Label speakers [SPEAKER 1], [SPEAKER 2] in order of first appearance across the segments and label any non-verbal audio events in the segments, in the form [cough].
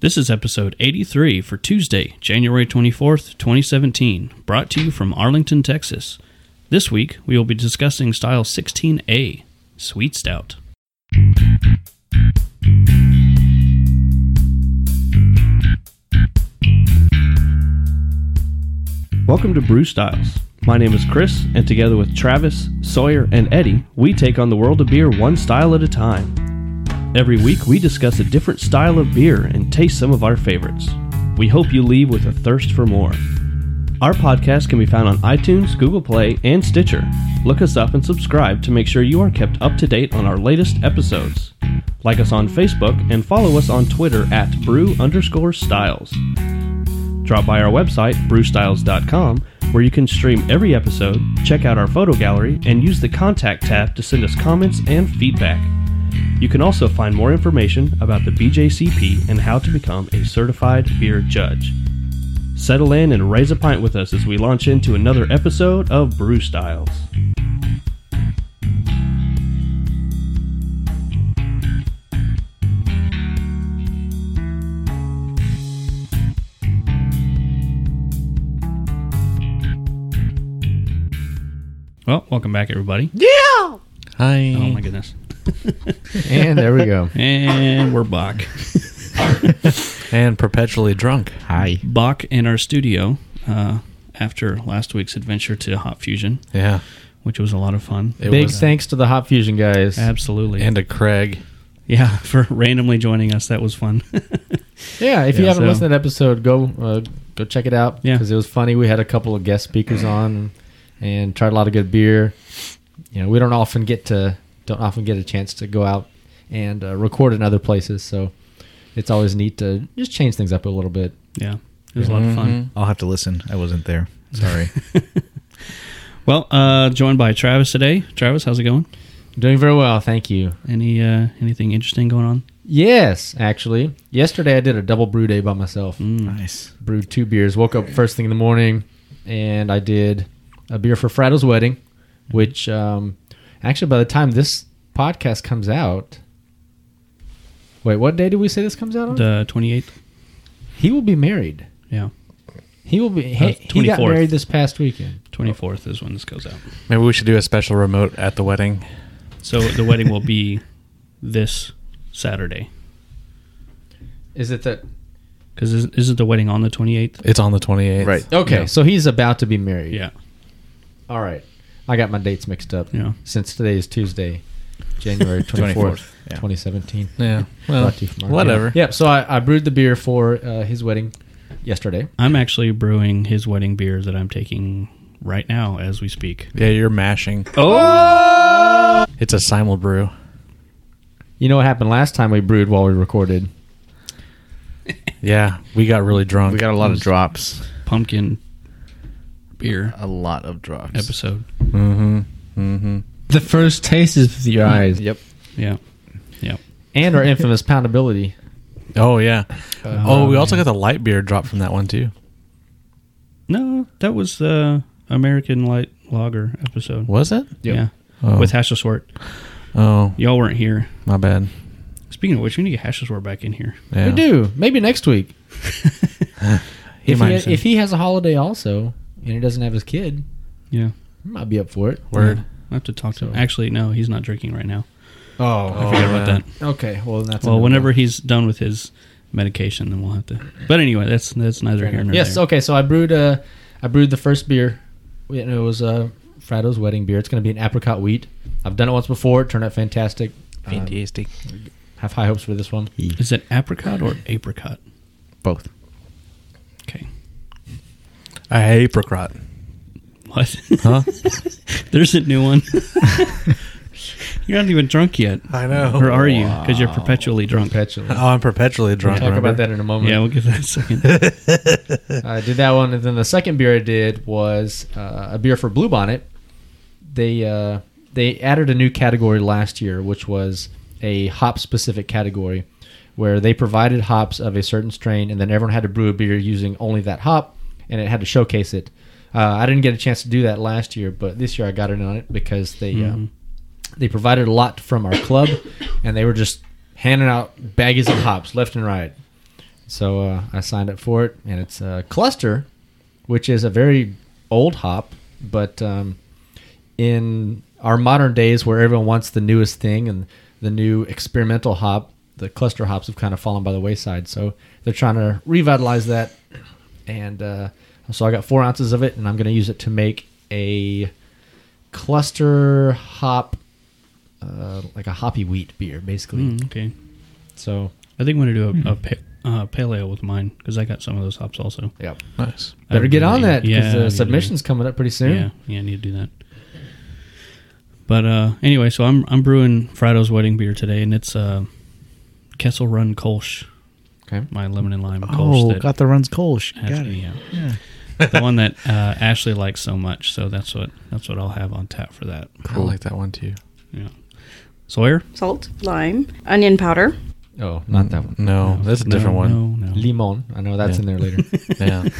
[SPEAKER 1] This is episode 83 for Tuesday, January 24th, 2017, brought to you from Arlington, Texas. This week, we will be discussing style 16A, Sweet Stout. Welcome to Brew Styles. My name is Chris, and together with Travis, Sawyer, and Eddie, we take on the world of beer one style at a time. Every week, we discuss a different style of beer and taste some of our favorites. We hope you leave with a thirst for more. Our podcast can be found on iTunes, Google Play, and Stitcher. Look us up and subscribe to make sure you are kept up to date on our latest episodes. Like us on Facebook and follow us on Twitter at brew underscore styles. Drop by our website, brewstyles.com, where you can stream every episode, check out our photo gallery, and use the contact tab to send us comments and feedback. You can also find more information about the BJCP and how to become a certified beer judge. Settle in and raise a pint with us as we launch into another episode of Brew Styles. Well, welcome back, everybody.
[SPEAKER 2] Hi. [laughs]
[SPEAKER 1] Oh my goodness!
[SPEAKER 3] And there we go.
[SPEAKER 1] And we're back.
[SPEAKER 2] and perpetually drunk.
[SPEAKER 3] Hi.
[SPEAKER 1] Bach in our studio uh, after last week's adventure to Hot Fusion,
[SPEAKER 2] Yeah.
[SPEAKER 1] which was a lot of fun.
[SPEAKER 2] It
[SPEAKER 3] Big
[SPEAKER 2] was-
[SPEAKER 3] thanks to the Hot Fusion guys.
[SPEAKER 1] Absolutely.
[SPEAKER 2] And to Craig.
[SPEAKER 1] [laughs] yeah, for randomly joining us. That was fun. [laughs]
[SPEAKER 3] Yeah, if you
[SPEAKER 1] Yeah,
[SPEAKER 3] haven't
[SPEAKER 1] so-
[SPEAKER 3] listened to that episode, go uh, go check it out.
[SPEAKER 1] Yeah.
[SPEAKER 3] because it was funny. We had a couple of guest speakers on and tried a lot of good beer. You know, we don't often get to don't often get a chance to go out and uh, record in other places, so it's always neat to just change things up a little bit.
[SPEAKER 1] yeah, it was a lot of
[SPEAKER 2] Mm-hmm.
[SPEAKER 1] fun.
[SPEAKER 4] I'll have to listen. I wasn't there. Sorry.
[SPEAKER 1] Well, uh, joined by Travis today. Travis, how's it going?
[SPEAKER 3] Doing very well, thank you.
[SPEAKER 1] Any uh, anything interesting going on?
[SPEAKER 3] Yes, actually, yesterday I did a double brew day by myself.
[SPEAKER 1] Hmm. Mm.
[SPEAKER 4] nice.
[SPEAKER 3] brewed two beers. Woke up first thing in the morning, and I did a beer for Fratto's wedding, which um, actually by the time this podcast comes out, wait, what day did we say this comes out on?
[SPEAKER 1] The twenty eighth.
[SPEAKER 3] he will be married.
[SPEAKER 1] Yeah,
[SPEAKER 3] He will be. He, he got
[SPEAKER 1] 24th.
[SPEAKER 3] married this past weekend.
[SPEAKER 1] twenty fourth is when this goes out.
[SPEAKER 2] Maybe we should do a special remote at the wedding.
[SPEAKER 1] So the wedding will be [laughs] this Saturday.
[SPEAKER 3] Is it that?
[SPEAKER 1] Because isn't, isn't the wedding on the twenty eighth?
[SPEAKER 2] It's on the 28th.
[SPEAKER 4] Right.
[SPEAKER 3] Okay,
[SPEAKER 2] Yeah.
[SPEAKER 3] so he's about to be married.
[SPEAKER 1] Yeah,
[SPEAKER 3] All right. I got my dates mixed up.
[SPEAKER 1] yeah.
[SPEAKER 3] Since today is Tuesday,
[SPEAKER 1] [laughs]
[SPEAKER 3] January twenty
[SPEAKER 4] 24th,
[SPEAKER 3] fourth,
[SPEAKER 4] yeah.
[SPEAKER 3] twenty seventeen.
[SPEAKER 2] Yeah. Well,
[SPEAKER 3] Brought to you from Arkansas.
[SPEAKER 2] whatever.
[SPEAKER 3] Yep. So I, I brewed the beer for uh, his wedding yesterday.
[SPEAKER 1] I'm actually brewing his wedding beer that I'm taking right now as we speak.
[SPEAKER 2] Yeah, you're mashing.
[SPEAKER 1] Oh,
[SPEAKER 2] It's a simul brew.
[SPEAKER 3] You know what happened last time we brewed while we recorded?
[SPEAKER 2] Yeah, we got really drunk.
[SPEAKER 4] We got a lot of drops.
[SPEAKER 1] pumpkin beer
[SPEAKER 4] A lot of drops.
[SPEAKER 1] episode.
[SPEAKER 2] Mm-hmm. Mm-hmm.
[SPEAKER 5] The first taste is with your eyes.
[SPEAKER 4] Yep.
[SPEAKER 1] Yeah,
[SPEAKER 3] And our infamous poundability.
[SPEAKER 2] Oh yeah. oh, we also got the light beer drop from that one too.
[SPEAKER 1] no, that was the American Light Lager episode.
[SPEAKER 2] Was it?
[SPEAKER 1] Yeah,
[SPEAKER 2] Oh.
[SPEAKER 1] with Hasselswort.
[SPEAKER 2] oh,
[SPEAKER 1] Y'all weren't here.
[SPEAKER 2] my bad.
[SPEAKER 1] Speaking of which, we need to get Hasselswort back in here.
[SPEAKER 2] [laughs] Yeah.
[SPEAKER 3] We do. Maybe next [laughs] week.
[SPEAKER 2] He
[SPEAKER 3] if,
[SPEAKER 2] might
[SPEAKER 3] he,
[SPEAKER 2] have said-
[SPEAKER 3] if he has a holiday also and he doesn't have his kid,
[SPEAKER 1] Yeah,
[SPEAKER 3] he might be up for it.
[SPEAKER 2] Word.
[SPEAKER 1] Yeah. I have to talk to him. Actually, no, he's not drinking right now.
[SPEAKER 3] Oh.
[SPEAKER 1] I forgot
[SPEAKER 2] Oh,
[SPEAKER 1] about
[SPEAKER 2] yeah.
[SPEAKER 1] that.
[SPEAKER 3] Okay. Well, then that's
[SPEAKER 1] Well,
[SPEAKER 3] another
[SPEAKER 1] whenever
[SPEAKER 3] one.
[SPEAKER 1] he's done with his medication, then we'll have to. But anyway, that's that's neither here nor
[SPEAKER 3] Yes.
[SPEAKER 1] there.
[SPEAKER 3] Okay. So I brewed. Uh, I brewed the first beer. You know, It was uh, Fratto's wedding beer. It's going to be an apricot wheat. I've done it once before. It turned out fantastic.
[SPEAKER 2] Uh,
[SPEAKER 3] Um,
[SPEAKER 2] Fantastic.
[SPEAKER 3] have high hopes for this one.
[SPEAKER 1] Is it apricot or apricot? [laughs]
[SPEAKER 4] Both.
[SPEAKER 1] Okay.
[SPEAKER 2] I hate apricot.
[SPEAKER 1] What? [laughs]
[SPEAKER 2] Huh?
[SPEAKER 1] There's a new one.
[SPEAKER 2] [laughs]
[SPEAKER 1] [laughs] you're not even drunk yet,
[SPEAKER 2] I
[SPEAKER 6] Oh.
[SPEAKER 2] know.
[SPEAKER 1] or are you? Because you're perpetually drunk.
[SPEAKER 2] [laughs]
[SPEAKER 3] Perpetually.
[SPEAKER 2] Oh, I'm perpetually drunk.
[SPEAKER 3] We'll talk
[SPEAKER 2] remember?
[SPEAKER 3] about that in a moment.
[SPEAKER 1] Yeah, we'll give that a
[SPEAKER 6] [laughs]
[SPEAKER 1] second.
[SPEAKER 3] [laughs] I did that one, and then the second beer I did was uh, a beer for Bluebonnet. They uh, they added a new category last year, which was a hop specific category, where they provided hops of a certain strain, and then everyone had to brew a beer using only that hop, and it had to showcase it. Uh, I didn't get a chance to do that last year, but this year I got in on it because they um, they provided a lot from our club, and they were just handing out baggies of hops left and right So uh, I signed up for it, and it's uh, Cluster, which is a very old hop, but um, in our modern days where everyone wants the newest thing and the new experimental hop, the cluster hops have kind of fallen by the wayside. So they're trying to revitalize that. And uh, so I got four ounces of it, and I'm going to use it to make a cluster hop, uh, like a hoppy wheat beer, basically.
[SPEAKER 4] Hmm.
[SPEAKER 7] Mm, okay.
[SPEAKER 3] So,
[SPEAKER 7] I think I'm going to do a, a pa- uh, pale ale with mine because I got some of those hops also.
[SPEAKER 3] yeah.
[SPEAKER 2] Nice.
[SPEAKER 3] Better get on that
[SPEAKER 7] Yeah,
[SPEAKER 3] because
[SPEAKER 7] I need
[SPEAKER 3] the
[SPEAKER 7] to.
[SPEAKER 3] submission's coming up pretty soon.
[SPEAKER 7] Yeah, yeah, I need to do that. But uh, anyway, so I'm I'm brewing Frido's wedding beer today, and it's uh, Kessel Run Kolsch.
[SPEAKER 3] Okay.
[SPEAKER 7] My lemon and lime Kolsch.
[SPEAKER 4] Oh,
[SPEAKER 7] that
[SPEAKER 4] got the runs Kolsch.
[SPEAKER 7] has-
[SPEAKER 4] Got it.
[SPEAKER 7] yeah.
[SPEAKER 4] Yeah.
[SPEAKER 7] [laughs] the one that uh, Ashley likes so much. So that's what that's what I'll have on tap for that.
[SPEAKER 2] I like that one too.
[SPEAKER 7] Sawyer,
[SPEAKER 8] salt, lime, onion powder.
[SPEAKER 3] Oh, not that one.
[SPEAKER 2] No, that's a different
[SPEAKER 7] no,
[SPEAKER 2] one.
[SPEAKER 7] No, no.
[SPEAKER 3] Limon. I know that's
[SPEAKER 2] Yeah.
[SPEAKER 3] in there later.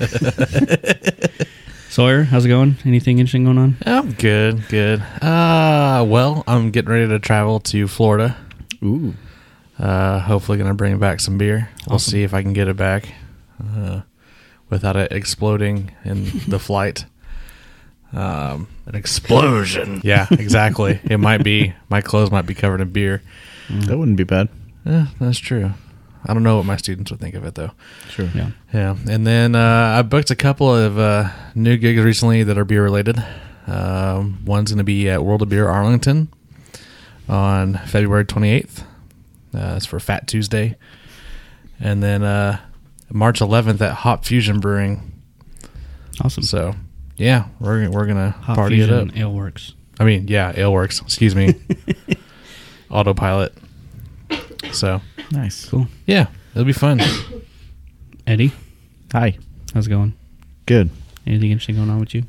[SPEAKER 7] [laughs]
[SPEAKER 4] [laughs]
[SPEAKER 2] Yeah.
[SPEAKER 7] Sawyer, how's it going? Anything interesting going on?
[SPEAKER 2] I'm good, good. Uh, well, I'm getting ready to travel to Florida.
[SPEAKER 4] Ooh.
[SPEAKER 2] Uh, hopefully, gonna bring back some beer. We'll
[SPEAKER 7] Awesome.
[SPEAKER 2] see if I can get it back uh, without it exploding in the flight. Um, an explosion. yeah, exactly. it might be my clothes might be covered in beer.
[SPEAKER 4] That wouldn't be bad.
[SPEAKER 2] Yeah, that's true. I don't know what my students would think of it though.
[SPEAKER 4] Sure.
[SPEAKER 7] Yeah.
[SPEAKER 2] Yeah, and then uh, I booked a couple of uh, new gigs recently that are beer related. Um, one's going to be at World of Beer Arlington on February 28th. Uh, it's for Fat Tuesday, and then uh, March 11th at Hop Fusion Brewing.
[SPEAKER 7] Awesome.
[SPEAKER 2] So, yeah, we're we're gonna
[SPEAKER 7] Hot
[SPEAKER 2] party it
[SPEAKER 7] Fusion
[SPEAKER 2] up.
[SPEAKER 7] Ale Works.
[SPEAKER 2] I mean, yeah, ale works. Excuse me, autopilot. So,
[SPEAKER 4] Nice.
[SPEAKER 7] Cool.
[SPEAKER 2] yeah, it'll be fun.
[SPEAKER 7] Eddie,
[SPEAKER 4] Hi.
[SPEAKER 7] how's it going?
[SPEAKER 4] Good.
[SPEAKER 7] Anything interesting going on with you?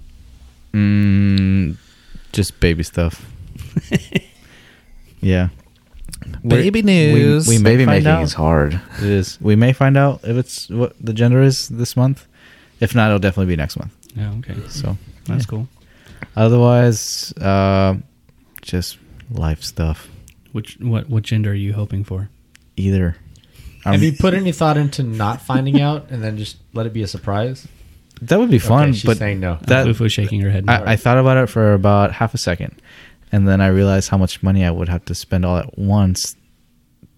[SPEAKER 4] Mm, just baby stuff. [laughs] yeah.
[SPEAKER 2] Baby
[SPEAKER 4] We-
[SPEAKER 2] news.
[SPEAKER 4] We, may
[SPEAKER 2] Baby
[SPEAKER 4] find
[SPEAKER 2] making
[SPEAKER 4] out.
[SPEAKER 2] is
[SPEAKER 4] hard. It is. We may find out if it's what the gender is this month. If not, it'll definitely be next month.
[SPEAKER 7] Yeah. Okay.
[SPEAKER 4] So
[SPEAKER 7] That's
[SPEAKER 4] yeah.
[SPEAKER 7] cool.
[SPEAKER 4] Otherwise, uh, just life stuff.
[SPEAKER 7] Which what what gender are you hoping for?
[SPEAKER 4] Either.
[SPEAKER 3] Have
[SPEAKER 4] Um,
[SPEAKER 3] you put any thought into not finding out and then just let it be a surprise?
[SPEAKER 4] that would be fun,
[SPEAKER 3] Okay, she's
[SPEAKER 4] but
[SPEAKER 3] saying no.
[SPEAKER 4] that
[SPEAKER 7] Fufu shaking her head. no.
[SPEAKER 4] I, I thought about it for about half a second, and then I realized how much money I would have to spend all at once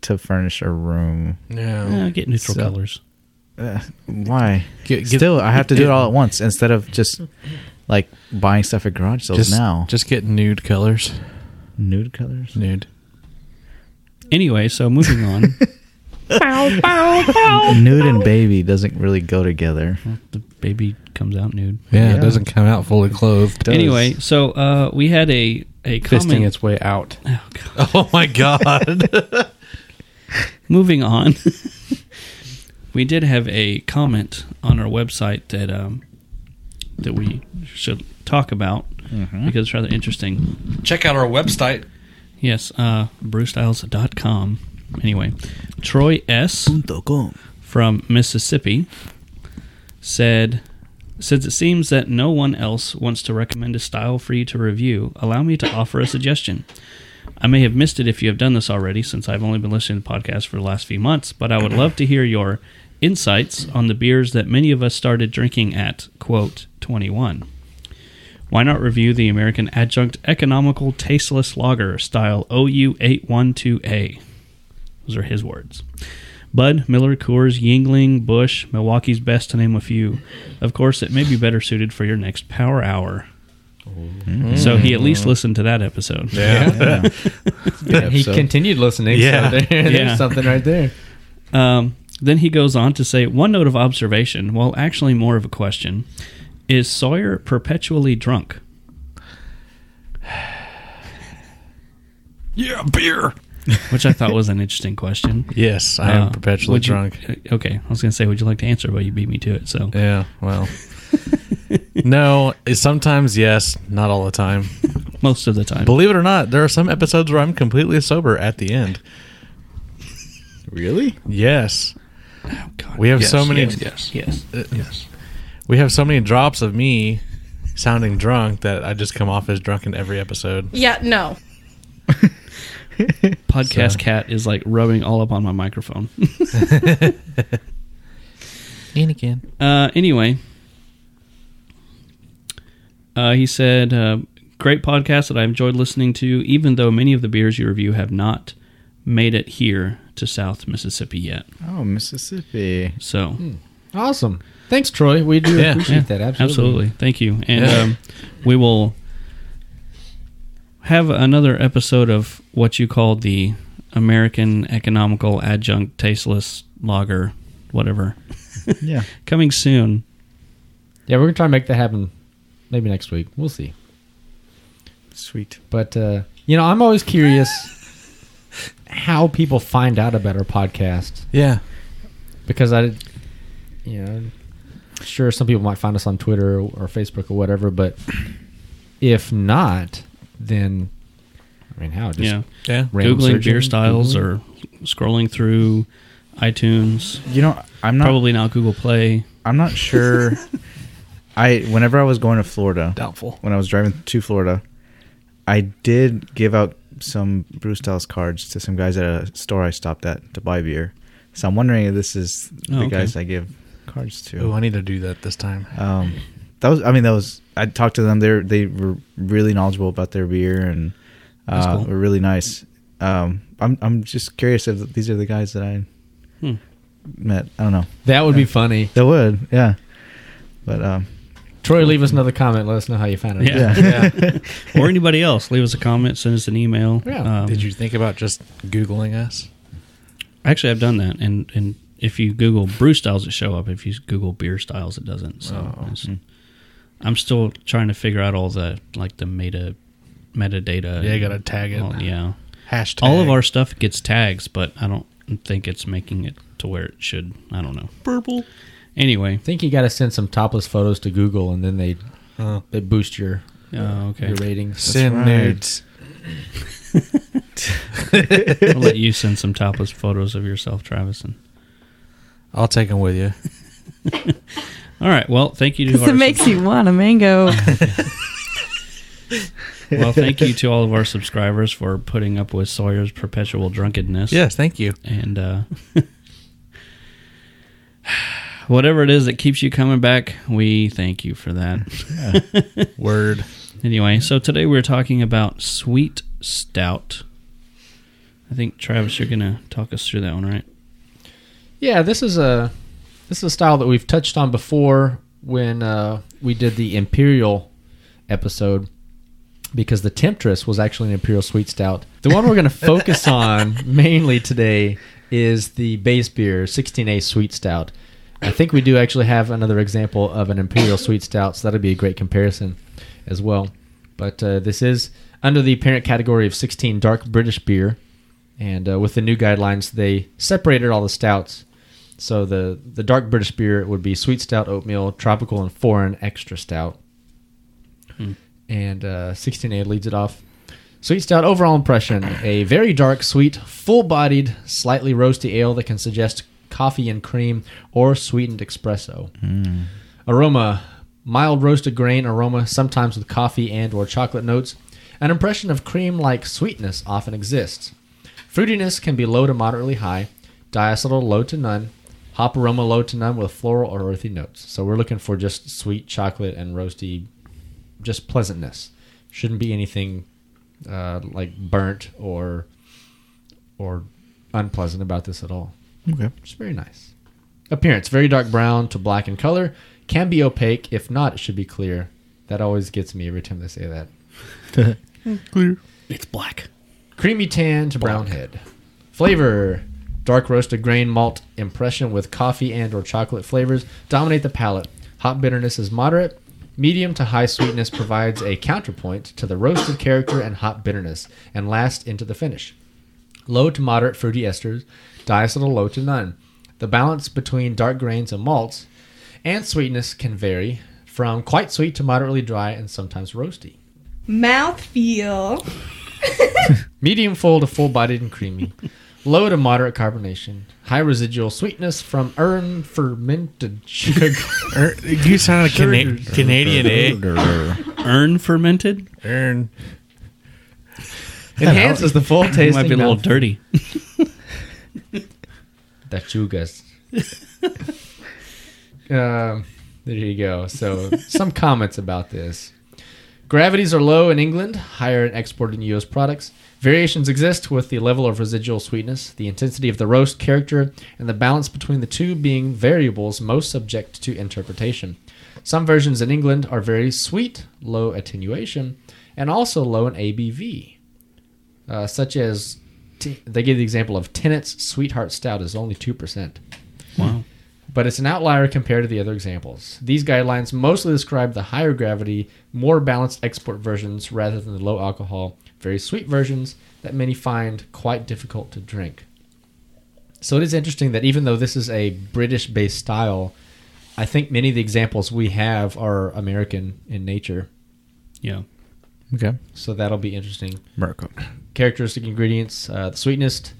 [SPEAKER 4] to furnish a room.
[SPEAKER 2] Yeah.
[SPEAKER 7] Eh, get neutral
[SPEAKER 4] So-
[SPEAKER 7] colors.
[SPEAKER 4] Uh, why?
[SPEAKER 2] Get- get-
[SPEAKER 4] Still, I have to do
[SPEAKER 2] get-
[SPEAKER 4] it all at once instead of just like buying stuff at garage sales
[SPEAKER 2] just
[SPEAKER 4] now.
[SPEAKER 2] Just get nude colors.
[SPEAKER 4] Nude colors.
[SPEAKER 2] Nude.
[SPEAKER 7] Anyway, so moving
[SPEAKER 4] [laughs]
[SPEAKER 7] on.
[SPEAKER 4] Nude and baby doesn't really go together.
[SPEAKER 7] Well, the baby comes out nude.
[SPEAKER 2] Yeah,
[SPEAKER 4] Yeah.
[SPEAKER 2] it doesn't come out fully clothed.
[SPEAKER 4] Does.
[SPEAKER 7] Anyway, so uh, we had a a comment.
[SPEAKER 3] Fisting its way out.
[SPEAKER 7] Oh, God.
[SPEAKER 2] [laughs] oh my god.
[SPEAKER 7] [laughs] Moving on. [laughs] we did have a comment on our website that um, that we should talk about
[SPEAKER 2] Hmm? Mm-hmm.
[SPEAKER 7] because it's rather interesting.
[SPEAKER 2] Check out our website.
[SPEAKER 7] Yes, uh, brewstyles.com. Anyway, Troy S. from Mississippi said, Since it seems that no one else wants to recommend a style for you to review, allow me to offer a suggestion. I may have missed it if you have done this already, since I've only been listening to podcasts for the last few months, but I would love to hear your insights on the beers that many of us started drinking at, quote, 21. Why not review the American Adjunct Economical Tasteless Lager style OU812A? Those are his words. Bud, Miller, Coors, Yingling, Bush, Milwaukee's Best, to name a few. Of course, it may be better suited for your next power hour. So he at least listened to that episode.
[SPEAKER 2] Yeah.
[SPEAKER 3] And [laughs] he
[SPEAKER 4] so-
[SPEAKER 3] continued listening. Yeah. So
[SPEAKER 2] Yeah.
[SPEAKER 3] there- [laughs] there's
[SPEAKER 7] Yeah.
[SPEAKER 3] something right there.
[SPEAKER 7] Um, then he goes on to say one note of observation, well, actually more of a question. Is Sawyer perpetually drunk?
[SPEAKER 2] yeah, beer.
[SPEAKER 7] Which I thought was an interesting question.
[SPEAKER 2] Yes, [laughs] I am
[SPEAKER 7] Uh,
[SPEAKER 2] perpetually
[SPEAKER 7] would you- uh,
[SPEAKER 2] drunk.
[SPEAKER 7] okay, I was going to say, would you like to answer? But you beat me to it. So
[SPEAKER 2] Yeah, well. [laughs] no, it's sometimes yes, not all the time.
[SPEAKER 7] [laughs] most of the time.
[SPEAKER 2] Believe it or not, there are some episodes where I'm completely sober at the end.
[SPEAKER 4] Really?
[SPEAKER 2] Yes.
[SPEAKER 7] God,
[SPEAKER 2] We have so many
[SPEAKER 7] yes.
[SPEAKER 3] Uh,
[SPEAKER 2] we have so many drops of me sounding drunk that I just come off as drunk in every episode.
[SPEAKER 8] Yeah, no.
[SPEAKER 7] Podcast cat is like rubbing all up on my microphone.
[SPEAKER 2] And again.
[SPEAKER 7] Uh, anyway, uh, he said, uh, "Great podcast that I enjoyed listening to, even though many of the beers you review have not made it here to South Mississippi yet."
[SPEAKER 2] [laughs]
[SPEAKER 4] Oh, Mississippi.
[SPEAKER 7] So,
[SPEAKER 3] Awesome. Thanks, Troy. We do
[SPEAKER 2] Yeah.
[SPEAKER 3] appreciate that. Absolutely.
[SPEAKER 7] absolutely, thank you, and
[SPEAKER 2] Yeah.
[SPEAKER 7] um, we will have another episode of what you called the American Economical Adjunct Tasteless Lager, whatever,
[SPEAKER 4] Yeah.
[SPEAKER 7] coming soon.
[SPEAKER 3] Yeah, we're gonna try and make that happen. Maybe next week. We'll see.
[SPEAKER 4] Sweet.
[SPEAKER 3] But uh, you know, I'm always curious how people find out about our podcast
[SPEAKER 2] Yeah.
[SPEAKER 3] because I, you know, sure some people might find us on Twitter or Facebook or whatever, but if not, then I mean, how? Just
[SPEAKER 7] yeah,
[SPEAKER 2] Yeah.
[SPEAKER 3] random
[SPEAKER 7] googling
[SPEAKER 3] searching?
[SPEAKER 7] beer styles
[SPEAKER 2] Mm-hmm.
[SPEAKER 3] Googling?
[SPEAKER 7] or scrolling through iTunes.
[SPEAKER 4] You know, I'm not.
[SPEAKER 7] Probably not Google Play.
[SPEAKER 4] I'm not sure.
[SPEAKER 7] [laughs]
[SPEAKER 4] I whenever I was going to Florida,
[SPEAKER 2] Doubtful.
[SPEAKER 4] when I was driving to Florida, I did give out some Brew Styles cards to some guys at a store I stopped at to buy beer. So I'm wondering if this is
[SPEAKER 7] Oh,
[SPEAKER 4] the
[SPEAKER 7] okay. Oh,
[SPEAKER 4] guys I give cards
[SPEAKER 2] Ooh,
[SPEAKER 4] to.
[SPEAKER 2] I need to do that this time.
[SPEAKER 4] Um, that was, I mean, that was. I talked to them. They they were really knowledgeable about their beer and
[SPEAKER 7] That's
[SPEAKER 4] uh,
[SPEAKER 7] cool.
[SPEAKER 4] were really nice. Um, I'm I'm just curious if these are the guys that I
[SPEAKER 7] Hmm.
[SPEAKER 4] met. I don't know.
[SPEAKER 3] That would be funny.
[SPEAKER 4] They would, yeah. But um,
[SPEAKER 3] Troy, leave us another comment. Let us know how you found it.
[SPEAKER 7] Yeah.
[SPEAKER 2] [laughs]
[SPEAKER 7] [laughs] or anybody else. Leave us a comment, send us an email.
[SPEAKER 3] Yeah.
[SPEAKER 7] Um,
[SPEAKER 2] Did you think about just Googling us?
[SPEAKER 7] Actually, I've done that, and and if you Google brew styles, it show up. If you Google beer styles, it doesn't. So
[SPEAKER 2] Oh,
[SPEAKER 7] it's- I'm still trying to figure out all the like the meta metadata.
[SPEAKER 2] Yeah, you gotta tag it.
[SPEAKER 7] All, yeah,
[SPEAKER 2] Hashtag.
[SPEAKER 7] all of our stuff gets tags, but I don't think it's making it to where it should. I don't know. Purple. Anyway,
[SPEAKER 3] I think you got to send some topless photos to Google, and then they
[SPEAKER 2] Oh.
[SPEAKER 3] they boost your
[SPEAKER 7] uh, okay,
[SPEAKER 3] your ratings.
[SPEAKER 2] Send
[SPEAKER 4] right.
[SPEAKER 2] nudes.
[SPEAKER 7] I'll let you send some topless photos of yourself, Travis. And
[SPEAKER 2] I'll take them with you.
[SPEAKER 7] all right, well, thank you to
[SPEAKER 8] Because
[SPEAKER 7] our
[SPEAKER 8] it makes you want a [laughs] mango.
[SPEAKER 7] Well, thank you to all of our subscribers for putting up with Sawyer's perpetual drunkenness.
[SPEAKER 2] Yes, thank you.
[SPEAKER 7] And uh, [sighs] whatever it is that keeps you coming back, we thank you for that. [laughs]
[SPEAKER 2] Word.
[SPEAKER 7] anyway, so today we're talking about sweet stout. I think Travis, you're gonna talk us through that one, right?
[SPEAKER 3] Yeah, this is a this is a style that we've touched on before when uh, we did the imperial episode because the temptress was actually an imperial sweet stout. The one we're going to focus on mainly today is the base beer 16A sweet stout. I think we do actually have another example of an imperial sweet stout, so that'd be a great comparison as well. But uh, this is under the parent category of 16 dark British beer. And uh, with the new guidelines, they separated all the stouts. So the the dark British beer would be sweet stout, oatmeal, tropical, and foreign extra stout. And uh, 16A leads it off. Sweet stout overall impression: a very dark, sweet, full-bodied, slightly roasty ale that can suggest coffee and cream or sweetened espresso. Aroma: mild roasted grain aroma, sometimes with coffee and or chocolate notes. An impression of cream-like sweetness often exists. Fruitiness can be low to moderately high, diacetyl low to none, hop aroma low to none with floral or earthy notes. So we're looking for just sweet chocolate and roasty, just pleasantness. Shouldn't be anything uh, like burnt or or unpleasant about this at all.
[SPEAKER 4] okay.
[SPEAKER 3] It's very nice. Appearance very dark brown to black in color. Can be opaque. If not, it should be clear. That always gets me every time they say that.
[SPEAKER 7] It's black.
[SPEAKER 3] Creamy tan to brown head. Flavor. Dark roasted grain malt impression with coffee and or chocolate flavors dominate the palate. Hop bitterness is moderate. Medium to high sweetness provides a counterpoint to the roasted character and hop bitterness and last into the finish. Low to moderate fruity esters, diacetyl low to none. The balance between dark grains and malts and sweetness can vary from quite sweet to moderately dry and sometimes roasty.
[SPEAKER 9] Mouthfeel.
[SPEAKER 3] Medium full to full bodied and creamy. Low to moderate carbonation. High residual sweetness from urn fermented sugar.
[SPEAKER 2] Er, you sound a Cana- Canadian, eh?
[SPEAKER 7] Urn fermented.
[SPEAKER 2] Earn.
[SPEAKER 3] [laughs] Enhances the full
[SPEAKER 7] It
[SPEAKER 3] taste.
[SPEAKER 7] might be a little dirty.
[SPEAKER 3] Dachugas. [laughs] um, there you go. So, some comments about this. Gravities are low in England, higher in exported and U.S. products. Variations exist with the level of residual sweetness, the intensity of the roast character, and the balance between the two being variables most subject to interpretation. Some versions in England are very sweet, low attenuation, and also low in ABV, uh, such as t- they gave the example of Tennent's Sweetheart Stout is only 2%
[SPEAKER 7] Wow.
[SPEAKER 3] but it's an outlier compared to the other examples. These guidelines mostly describe the higher gravity, more balanced export versions rather than the low alcohol, very sweet versions that many find quite difficult to drink. So it is interesting that even though this is a British based style, I think many of the examples we have are American in nature.
[SPEAKER 7] Yeah.
[SPEAKER 2] Okay.
[SPEAKER 3] So that'll be interesting
[SPEAKER 2] America.
[SPEAKER 3] characteristic ingredients. Uh, the sweetness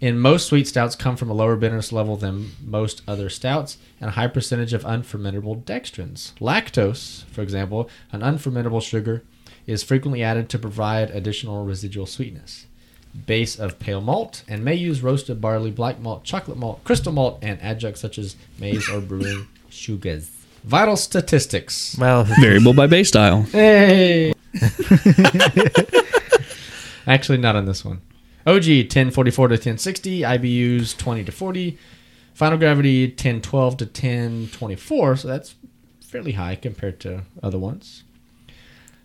[SPEAKER 3] in most sweet stouts come from a lower bitterness level than most other stouts and a high percentage of unfermentable dextrins. Lactose, for example, an unfermentable sugar, is frequently added to provide additional residual sweetness. Base of pale malt and may use roasted barley, black malt, chocolate malt, crystal malt, and adjuncts such as maize or brewing sugars. Vital statistics.
[SPEAKER 2] Well,
[SPEAKER 7] Variable by base style.
[SPEAKER 3] Hey. [laughs] Actually, not on this one. OG 1044 to 1060, IBUs 20 to 40, final gravity 1012 to 1024, so that's fairly high compared to other ones.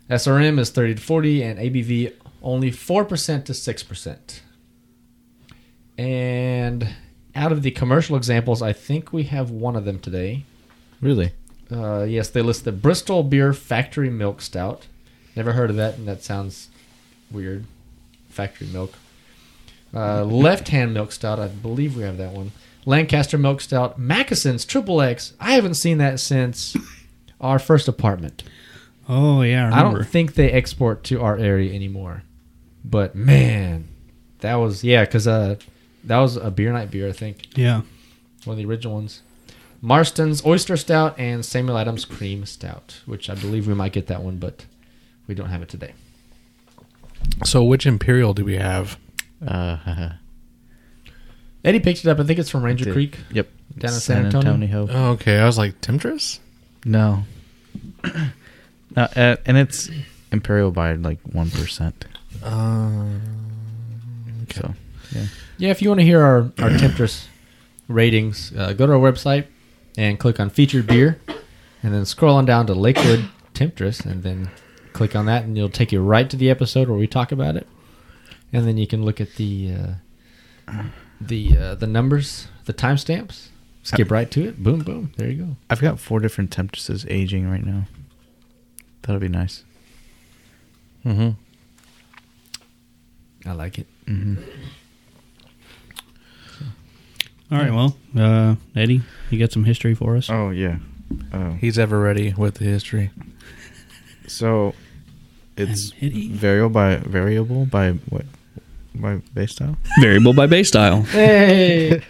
[SPEAKER 3] SRM is 30 to 40, and ABV only 4% to 6%. And out of the commercial examples, I think we have one of them today.
[SPEAKER 4] Really?
[SPEAKER 3] Uh, yes, they list the Bristol Beer Factory Milk Stout. Never heard of that, and that sounds weird. Factory milk.
[SPEAKER 7] [laughs]
[SPEAKER 3] Uh, Left Hand Milk Stout, I believe we have that one. Lancaster Milk Stout. Mackeson's Triple X. I haven't seen that
[SPEAKER 7] [laughs]
[SPEAKER 3] since our first apartment.
[SPEAKER 7] Oh yeah,
[SPEAKER 3] I
[SPEAKER 7] I remember.
[SPEAKER 3] don't think they export to our area anymore. But man, that was, yeah, because uh, that was a beer night beer, I think.
[SPEAKER 7] yeah.
[SPEAKER 3] One of the original ones. Marston's Oyster Stout and Samuel Adams Cream Stout, which I believe we might get that one, but we don't have it today.
[SPEAKER 2] so which imperial do we have?
[SPEAKER 4] Uh, [laughs]
[SPEAKER 3] Eddie picked it up. I think it's from Ranger
[SPEAKER 4] Did.
[SPEAKER 3] Creek
[SPEAKER 4] yep.
[SPEAKER 3] down in San Antonio.
[SPEAKER 2] Oh, okay. I was like Temptress.
[SPEAKER 4] No. [clears throat] no uh, and it's Imperial by like one percent.
[SPEAKER 2] Uh,
[SPEAKER 4] So
[SPEAKER 3] Yeah, if you want to hear our, our Temptress ratings, uh, go to our website and click on Featured Beer, and then scroll on down to Lakewood Temptress, and then click on that, and it'll take you right to the episode where we talk about it. And then you can look at the uh, the uh, the numbers, the timestamps. Skip right to it. Boom, boom. There you go.
[SPEAKER 4] I've got four different temptresses aging right now. That'll be nice.
[SPEAKER 2] mm-hmm.
[SPEAKER 3] I like it.
[SPEAKER 7] All right. Well, uh, Eddie, you got some history for us?
[SPEAKER 4] Oh yeah. Oh.
[SPEAKER 2] He's ever ready with the history.
[SPEAKER 4] So it's
[SPEAKER 7] I'm Eddie.
[SPEAKER 4] variable by variable by what by base style?
[SPEAKER 7] Variable by base style.
[SPEAKER 3] Hey.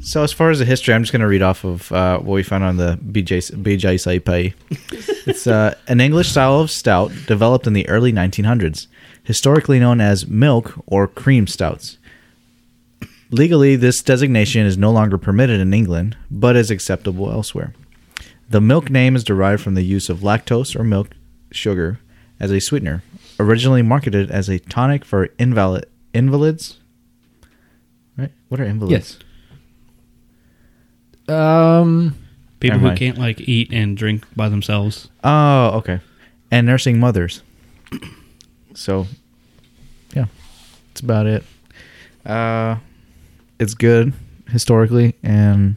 [SPEAKER 4] So as far as the history, I'm just going to read off of uh, what we found on the BJ BJ Saipai. it's uh, an English style of stout developed in the early 1900s, historically known as milk or cream stouts. Legally, this designation is no longer permitted in England, but is acceptable elsewhere. The milk name is derived from the use of lactose or milk sugar as a sweetener, originally marketed as a tonic for invalid invalids. Right? What are invalids?
[SPEAKER 3] yes. Um.
[SPEAKER 7] People
[SPEAKER 4] Never
[SPEAKER 7] who
[SPEAKER 4] mind.
[SPEAKER 7] can't like eat and drink by themselves.
[SPEAKER 4] Oh, okay. And nursing mothers. [clears throat] So, yeah, that's about it. Uh, it's good historically, and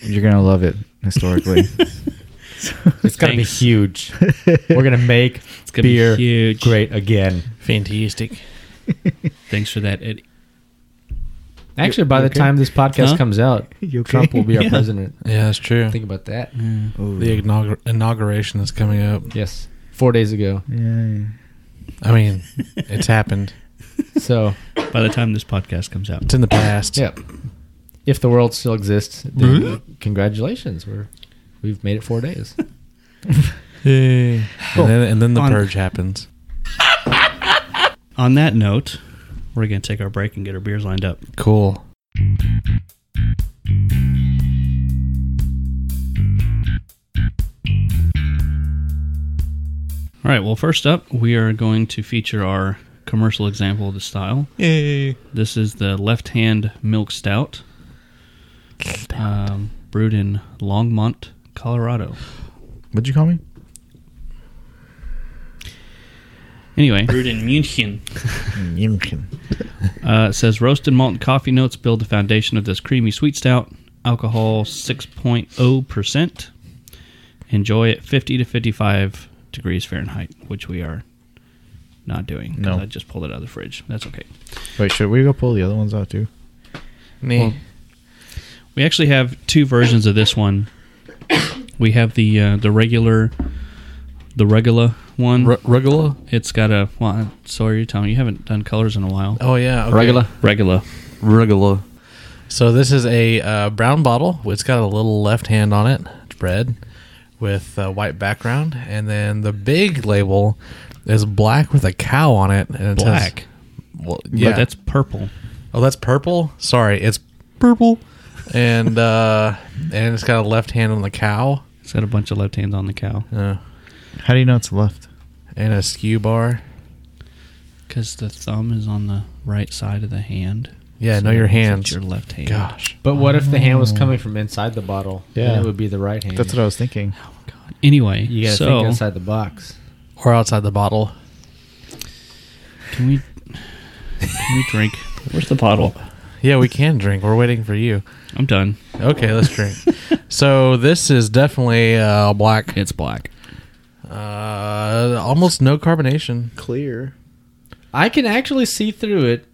[SPEAKER 4] you're gonna love it historically.
[SPEAKER 3] It's gonna
[SPEAKER 7] Thanks.
[SPEAKER 3] be [laughs] huge. We're gonna make
[SPEAKER 7] It's gonna
[SPEAKER 3] Beer.
[SPEAKER 7] be huge.
[SPEAKER 3] great again.
[SPEAKER 2] Fantastic.
[SPEAKER 7] [laughs] Thanks for that, Eddie.
[SPEAKER 3] Actually, by the
[SPEAKER 4] okay?
[SPEAKER 3] time this podcast
[SPEAKER 7] Huh?
[SPEAKER 3] comes out,
[SPEAKER 4] [laughs] You okay?
[SPEAKER 3] Trump will be our [laughs]
[SPEAKER 7] Yeah.
[SPEAKER 3] president.
[SPEAKER 2] Yeah, that's true.
[SPEAKER 3] Think about that.
[SPEAKER 7] Uh,
[SPEAKER 2] The inaugur- inauguration is coming
[SPEAKER 3] [laughs]
[SPEAKER 2] up.
[SPEAKER 3] Yes, four days ago.
[SPEAKER 4] Oh, yeah.
[SPEAKER 2] I mean, it's happened.
[SPEAKER 3] So,
[SPEAKER 7] By the time this podcast comes out,
[SPEAKER 2] It's in the past.
[SPEAKER 3] yeah, if the world still exists, then congratulations. We're we've made it four days.
[SPEAKER 2] Yay. And then, and then the
[SPEAKER 7] On-
[SPEAKER 2] purge happens.
[SPEAKER 7] on that note, we're going to take our break and get our beers lined up.
[SPEAKER 2] Cool.
[SPEAKER 7] All right. Well, first up, we are going to feature our commercial example of the style.
[SPEAKER 2] Yay.
[SPEAKER 7] This is the Left Hand Milk Stout, um, brewed in Longmont, Colorado.
[SPEAKER 4] What'd you call me?
[SPEAKER 7] Anyway,
[SPEAKER 10] Brewed in München.
[SPEAKER 4] Mm, Yimkin.
[SPEAKER 7] Uh, it says roasted malt and coffee notes build the foundation of this creamy sweet stout. Alcohol 6.0%. Enjoy at 50 to 55 degrees Fahrenheit, which we are not doing. 'cause
[SPEAKER 4] No.
[SPEAKER 7] I just pulled it out of the fridge. That's okay.
[SPEAKER 4] Wait, should we go pull the other ones out too?
[SPEAKER 2] Me.
[SPEAKER 7] We actually have two versions of this one. We have the uh, the regular, the regular one.
[SPEAKER 2] R- Rugula?
[SPEAKER 7] it's got a. Well, sorry, Tommy, you haven't done colors in a while.
[SPEAKER 2] Oh, yeah. okay.
[SPEAKER 3] Regular.
[SPEAKER 7] Regular.
[SPEAKER 2] Regular. So this is a uh, brown bottle. It's got a little left hand on it. It's red with a white background, and then the big label is black with a cow on it. And it says-
[SPEAKER 7] Black.
[SPEAKER 2] well, yeah.
[SPEAKER 7] Yeah. that's purple.
[SPEAKER 2] oh, that's purple. Sorry, it's purple, and uh, and it's got a left hand on the cow
[SPEAKER 7] It's got a bunch of left hands on the cow.
[SPEAKER 2] uh,
[SPEAKER 4] How do you know it's left?
[SPEAKER 2] and a skew bar.
[SPEAKER 7] Because the thumb is on the right side of the hand.
[SPEAKER 2] Yeah,
[SPEAKER 7] So
[SPEAKER 2] know your
[SPEAKER 7] it's
[SPEAKER 2] hands.
[SPEAKER 7] Your left hand.
[SPEAKER 2] Gosh,
[SPEAKER 3] But what if the hand was coming from inside the bottle?
[SPEAKER 4] Yeah.
[SPEAKER 3] Then it would be the right hand.
[SPEAKER 4] That's what I was thinking.
[SPEAKER 7] Anyway,
[SPEAKER 3] you gotta
[SPEAKER 7] so
[SPEAKER 3] think inside the box.
[SPEAKER 2] or outside the bottle.
[SPEAKER 7] can we can we drink?
[SPEAKER 10] Where's the bottle?
[SPEAKER 2] Yeah, we can drink. We're waiting for you.
[SPEAKER 7] I'm done.
[SPEAKER 2] Okay, let's
[SPEAKER 7] [laughs]
[SPEAKER 2] drink. so this is definitely uh, black.
[SPEAKER 7] It's black.
[SPEAKER 2] Uh, almost no carbonation.
[SPEAKER 4] Clear.
[SPEAKER 3] I can actually see through it.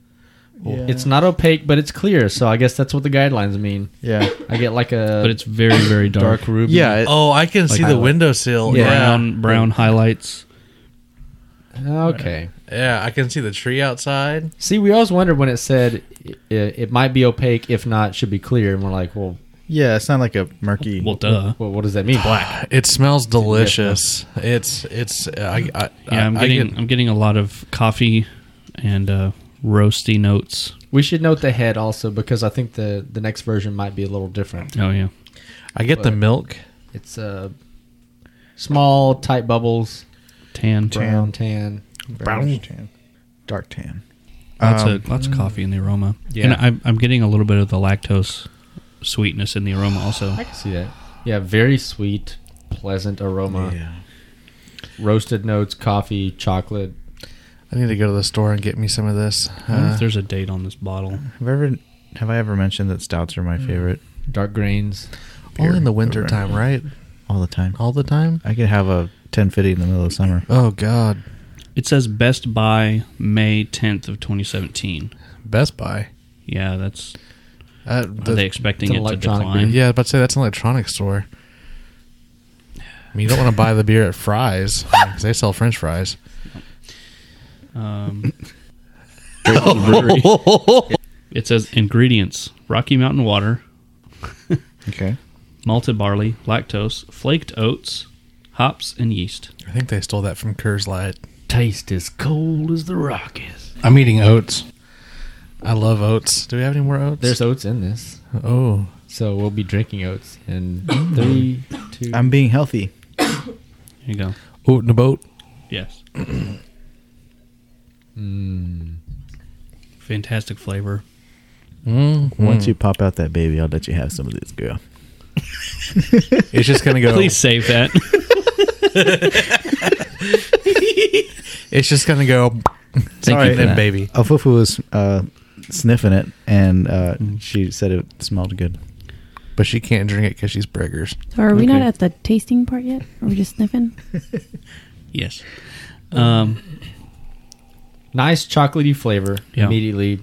[SPEAKER 3] It's not opaque, but it's clear. So I guess that's what the guidelines mean.
[SPEAKER 4] Yeah.
[SPEAKER 3] I get like a
[SPEAKER 7] But it's very very dark.
[SPEAKER 3] dark ruby.
[SPEAKER 4] [laughs] Yeah. It,
[SPEAKER 2] Oh, I can see the
[SPEAKER 3] highlight.
[SPEAKER 2] windowsill.
[SPEAKER 3] Yeah.
[SPEAKER 2] Yeah.
[SPEAKER 7] Brown brown highlights.
[SPEAKER 3] Okay.
[SPEAKER 2] yeah, I can see the tree outside.
[SPEAKER 3] See, we always wondered when it said it, it might be opaque. If not, should be clear. And we're like, well,
[SPEAKER 4] yeah, it's not like a murky.
[SPEAKER 7] Well, duh.
[SPEAKER 3] what, what does that mean? Black.
[SPEAKER 2] [sighs] It smells delicious. It's it's. I, I,
[SPEAKER 7] Yeah, I'm
[SPEAKER 2] I- I
[SPEAKER 7] getting
[SPEAKER 2] get-
[SPEAKER 7] I'm getting a lot of coffee and uh, roasty notes.
[SPEAKER 3] We should note the head also because I think the the next version might be a little different.
[SPEAKER 7] Oh yeah.
[SPEAKER 2] I get the milk.
[SPEAKER 3] It's uh, small, tight bubbles,
[SPEAKER 7] Tan.
[SPEAKER 3] brown tan.
[SPEAKER 4] Brownish tan. Dark tan.
[SPEAKER 7] Lots
[SPEAKER 4] Um,
[SPEAKER 7] of lots of coffee in the aroma.
[SPEAKER 3] Yeah.
[SPEAKER 7] And I'm I'm getting a little bit of the lactose sweetness in the aroma also.
[SPEAKER 3] I can see that. Yeah, very sweet, pleasant aroma. Roasted notes, coffee, chocolate.
[SPEAKER 2] I need to go to the store and get me some of this.
[SPEAKER 7] I wonder if
[SPEAKER 2] Uh,
[SPEAKER 7] there's a date on this bottle.
[SPEAKER 4] Have I ever have I ever mentioned that stouts are my favorite
[SPEAKER 3] dark grains.
[SPEAKER 2] Mm.
[SPEAKER 4] beer
[SPEAKER 2] only in the winter
[SPEAKER 4] over-
[SPEAKER 2] time, right?
[SPEAKER 4] all the time?
[SPEAKER 2] All the time.
[SPEAKER 4] I could have a 1050 in the middle of summer.
[SPEAKER 2] Oh God,
[SPEAKER 7] It says best by May 10th of 2017.
[SPEAKER 2] Best Buy.
[SPEAKER 7] Yeah, that's.
[SPEAKER 2] Uh,
[SPEAKER 7] are
[SPEAKER 2] the-
[SPEAKER 7] they expecting
[SPEAKER 3] it's
[SPEAKER 7] it
[SPEAKER 3] an
[SPEAKER 7] to
[SPEAKER 3] electronic
[SPEAKER 7] decline?
[SPEAKER 2] Yeah, I was about to say that's an electronics store. I mean, you don't want to buy the beer at Fry's because they sell French fries.
[SPEAKER 7] Um, Oh. [laughs] it says ingredients: Rocky Mountain water,
[SPEAKER 4] Okay.
[SPEAKER 7] malted barley, lactose, flaked oats, hops, and yeast.
[SPEAKER 2] I think they stole that from Coors Light.
[SPEAKER 3] Taste as cold as the rock is.
[SPEAKER 5] I'm eating oats.
[SPEAKER 2] I love oats. Do we have any more oats?
[SPEAKER 3] There's oats in this,
[SPEAKER 2] oh,
[SPEAKER 3] so we'll be drinking oats in three, two.
[SPEAKER 4] I'm being healthy.
[SPEAKER 7] Here you go.
[SPEAKER 2] oat in a boat.
[SPEAKER 7] Yes.
[SPEAKER 3] mm.
[SPEAKER 7] Fantastic flavor.
[SPEAKER 2] Mm-hmm. Mm.
[SPEAKER 4] Once you pop out that baby, I'll let you have some of this girl.
[SPEAKER 2] It's just gonna go.
[SPEAKER 7] Please save that.
[SPEAKER 2] It's just gonna go.
[SPEAKER 5] Thank
[SPEAKER 4] Sorry.
[SPEAKER 5] you for
[SPEAKER 2] and
[SPEAKER 5] that.
[SPEAKER 2] baby.
[SPEAKER 4] Ofufu was uh, sniffing it, and uh,
[SPEAKER 2] Mm.
[SPEAKER 4] she said it smelled good.
[SPEAKER 2] But she can't drink it because she's burgers.
[SPEAKER 11] So are we not
[SPEAKER 4] Okay.
[SPEAKER 11] at the tasting part yet? Are we just sniffing?
[SPEAKER 7] yes. Um,
[SPEAKER 3] nice chocolatey flavor
[SPEAKER 7] Yeah.
[SPEAKER 3] immediately.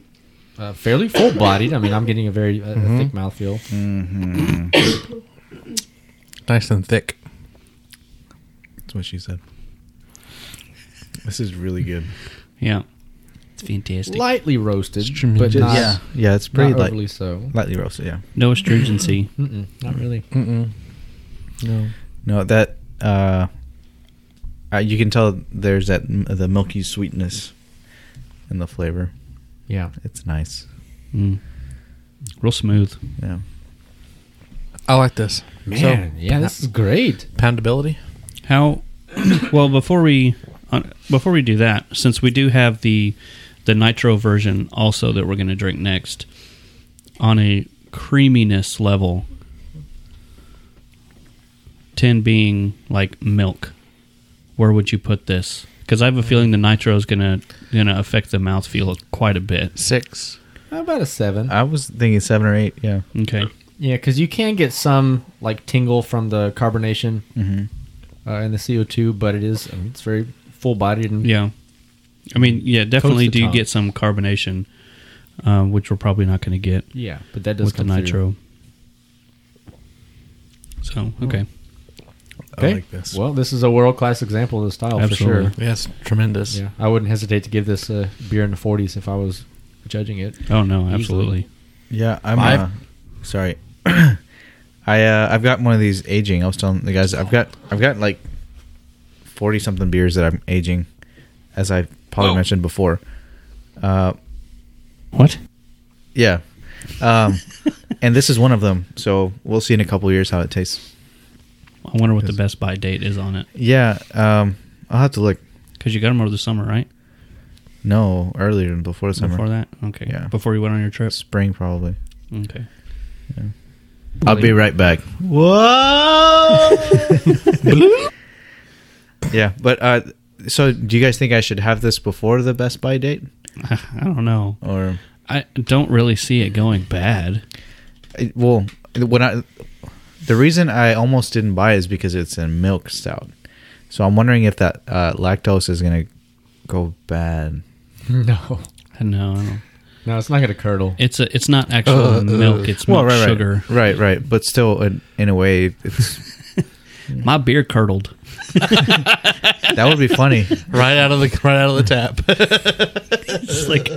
[SPEAKER 3] Uh, fairly full bodied. I mean, I'm getting a very uh,
[SPEAKER 7] Mm-hmm.
[SPEAKER 3] thick mouthfeel.
[SPEAKER 2] Mm-hmm.
[SPEAKER 4] [coughs]
[SPEAKER 2] Nice and thick.
[SPEAKER 4] That's what she said. This is really good.
[SPEAKER 7] yeah. It's fantastic.
[SPEAKER 3] Lightly roasted, but
[SPEAKER 4] Just-
[SPEAKER 3] not,
[SPEAKER 4] yeah, yeah, it's pretty
[SPEAKER 3] not
[SPEAKER 4] light,
[SPEAKER 3] overly so.
[SPEAKER 4] lightly roasted. Yeah,
[SPEAKER 7] No astringency.
[SPEAKER 3] Mm-mm, not really.
[SPEAKER 2] Mm-mm. No.
[SPEAKER 4] no, that uh, uh, you can tell there's that m- the milky sweetness in the flavor.
[SPEAKER 3] Yeah.
[SPEAKER 4] It's nice.
[SPEAKER 7] Mm. Real smooth.
[SPEAKER 4] Yeah.
[SPEAKER 2] I like this.
[SPEAKER 3] Man, yeah, this is great.
[SPEAKER 2] Poundability.
[SPEAKER 7] How? [clears throat] Well, before we on, before we do that, since we do have the the nitro version also that we're going to drink next, on a creaminess level, ten being like milk, where would you put this? Because I have a feeling the nitro is going to going to affect the mouthfeel quite a bit.
[SPEAKER 2] Six.
[SPEAKER 3] How about a seven?
[SPEAKER 4] I was thinking seven or eight. Yeah.
[SPEAKER 7] Okay.
[SPEAKER 3] Uh, Yeah, because you can get some like tingle from the carbonation uh, and the CO two, but it is I mean, it's very full bodied and
[SPEAKER 7] Yeah. I mean, yeah, definitely
[SPEAKER 3] the
[SPEAKER 7] do you
[SPEAKER 3] tongue.
[SPEAKER 7] get some carbonation, um, which we're probably not going to get
[SPEAKER 3] yeah, but that does
[SPEAKER 7] with the
[SPEAKER 3] come through. Oh.
[SPEAKER 7] nitro. So, okay.
[SPEAKER 3] Okay.
[SPEAKER 2] I like this.
[SPEAKER 3] Well, this is a world class example of the style
[SPEAKER 7] Absolutely.
[SPEAKER 3] for
[SPEAKER 2] Yes, tremendous.
[SPEAKER 3] sure. Yeah, I wouldn't hesitate to give this a beer in the forties if I was judging it.
[SPEAKER 7] Oh, no, absolutely.
[SPEAKER 4] Yeah, I'm.
[SPEAKER 2] Five?
[SPEAKER 4] Uh, sorry, [coughs] I uh, I've got one of these aging. I was telling the guys I've got I've got like forty something beers that I'm aging, as I probably mentioned before. Uh,
[SPEAKER 7] What?
[SPEAKER 4] yeah, [laughs] um, and this is one of them. So we'll see in a couple years how it tastes.
[SPEAKER 7] I wonder what the best buy date is on it.
[SPEAKER 4] Yeah, um, I'll have to look.
[SPEAKER 7] Because you got them over the summer, right?
[SPEAKER 4] No, earlier than before the summer.
[SPEAKER 7] Before that? Okay.
[SPEAKER 4] Yeah.
[SPEAKER 7] Before you went on your trip?
[SPEAKER 4] Spring probably.
[SPEAKER 7] Okay. [laughs]
[SPEAKER 4] I'll be right back. Whoa! [laughs] yeah, but uh, so do you guys think I should have this before the Best Buy date,
[SPEAKER 7] I don't know.
[SPEAKER 4] or
[SPEAKER 7] I don't really see it going bad.
[SPEAKER 4] it- well, when I the reason I almost didn't buy is because it's a milk stout, so I'm wondering if that uh, lactose is gonna go bad.
[SPEAKER 3] [laughs] No,
[SPEAKER 7] No, I don't.
[SPEAKER 3] no, it's not going to curdle.
[SPEAKER 7] It's a, it's not actual milk. It's milk
[SPEAKER 4] Uh, right,
[SPEAKER 7] sugar.
[SPEAKER 4] right, right, right. But still, in, in a way, it's,
[SPEAKER 7] My beer curdled.
[SPEAKER 4] that would be
[SPEAKER 7] [laughs]
[SPEAKER 4] funny.
[SPEAKER 2] Right out of the right out of the tap.
[SPEAKER 7] It's like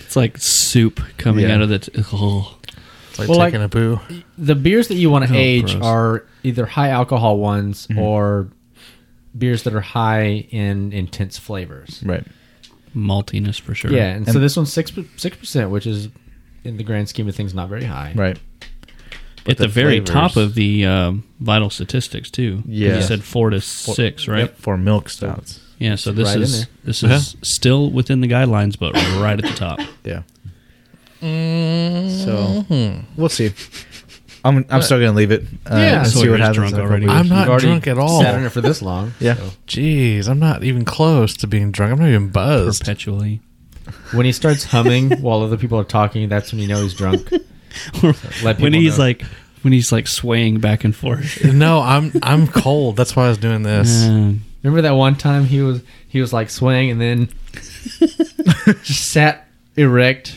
[SPEAKER 7] it's like soup coming
[SPEAKER 4] Yeah.
[SPEAKER 7] out of the. T- oh.
[SPEAKER 2] It's like
[SPEAKER 3] Well, like-
[SPEAKER 2] taking a poo.
[SPEAKER 3] The beers that you [laughs] want to age
[SPEAKER 7] gross.
[SPEAKER 3] are either high alcohol ones or beers that are high in intense flavors.
[SPEAKER 4] right.
[SPEAKER 7] maltiness for sure.
[SPEAKER 3] Yeah, and, so
[SPEAKER 4] And-
[SPEAKER 3] this one's six six percent, which is in the grand scheme of things not very high.
[SPEAKER 4] Right.
[SPEAKER 7] at the,
[SPEAKER 4] the
[SPEAKER 7] very
[SPEAKER 4] flavors-
[SPEAKER 7] top of the um, vital statistics too. 'Cause
[SPEAKER 4] Yeah.
[SPEAKER 7] you said four to six, right?
[SPEAKER 4] Yep, For milk stouts.
[SPEAKER 7] Yeah, so this
[SPEAKER 3] Right in
[SPEAKER 7] is
[SPEAKER 3] there.
[SPEAKER 7] this is still within the guidelines, but right at the
[SPEAKER 3] [laughs]
[SPEAKER 7] top.
[SPEAKER 4] Yeah. Mm-hmm. So we'll see. I'm I'm still gonna leave it. Uh,
[SPEAKER 3] Yeah.
[SPEAKER 4] and
[SPEAKER 7] So
[SPEAKER 4] see
[SPEAKER 7] you're
[SPEAKER 4] what
[SPEAKER 7] just drunk
[SPEAKER 4] happens. in a couple
[SPEAKER 7] already.
[SPEAKER 4] weeks.
[SPEAKER 2] I'm
[SPEAKER 3] You've
[SPEAKER 2] not
[SPEAKER 3] already
[SPEAKER 2] drunk at all.
[SPEAKER 3] Sat in it for this [laughs] long.
[SPEAKER 4] Yeah.
[SPEAKER 3] so.
[SPEAKER 2] Jeez, I'm not even close to being drunk. I'm not even buzzed.
[SPEAKER 7] Perpetually.
[SPEAKER 3] When he starts [laughs] humming while other people are talking, that's when you know he's [laughs] drunk. Let
[SPEAKER 7] when
[SPEAKER 3] people
[SPEAKER 7] he's
[SPEAKER 3] know.
[SPEAKER 7] like when he's like swaying back
[SPEAKER 3] [laughs]
[SPEAKER 7] and forth. Uh,
[SPEAKER 2] no, I'm I'm cold. That's why I was doing
[SPEAKER 7] [laughs]
[SPEAKER 2] this.
[SPEAKER 7] Man.
[SPEAKER 3] Remember that one time he was he was like swaying and then just sat erect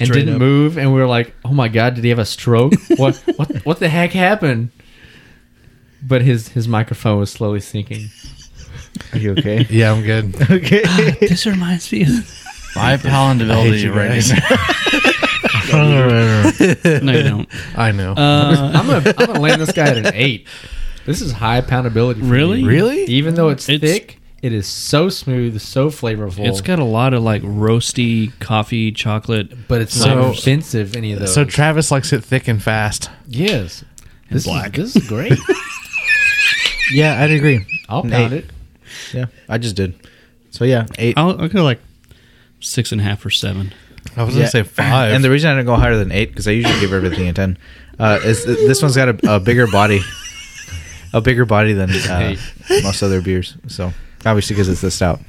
[SPEAKER 3] and didn't move, and we were like, "Oh my god, did he have a stroke? what what what the heck happened?" But his his microphone was slowly sinking.
[SPEAKER 4] Are you okay?
[SPEAKER 2] Yeah, I'm good.
[SPEAKER 4] okay.
[SPEAKER 7] this reminds
[SPEAKER 3] [laughs]
[SPEAKER 7] me of
[SPEAKER 10] My palatability right now.
[SPEAKER 7] No you don't.
[SPEAKER 2] I know.
[SPEAKER 3] I'm gonna I'm gonna land this guy at an eight. This is high poundability. for me.
[SPEAKER 7] Really?
[SPEAKER 2] really?
[SPEAKER 3] Even though it's,
[SPEAKER 7] It's-
[SPEAKER 3] thick, it is so smooth, so flavorful.
[SPEAKER 7] It's got a lot of like roasty coffee chocolate.
[SPEAKER 3] but it's
[SPEAKER 2] So-
[SPEAKER 3] not offensive. Any of those?
[SPEAKER 2] So Travis likes it thick and fast.
[SPEAKER 3] yes, this black. Is, this is great.
[SPEAKER 4] [laughs] Yeah, I'd agree.
[SPEAKER 3] I'll
[SPEAKER 4] An
[SPEAKER 3] pound
[SPEAKER 4] eight.
[SPEAKER 3] it.
[SPEAKER 4] Yeah, I just did. So yeah, eight.
[SPEAKER 7] I'll, I'll go like six and a half or seven.
[SPEAKER 2] I was
[SPEAKER 4] yeah.
[SPEAKER 2] gonna say five.
[SPEAKER 4] And the reason I didn't go higher than eight because I usually give everything a ten. Uh, is th- this one's got a, a bigger body, a bigger body than uh, most other beers. So obviously because it's the stout.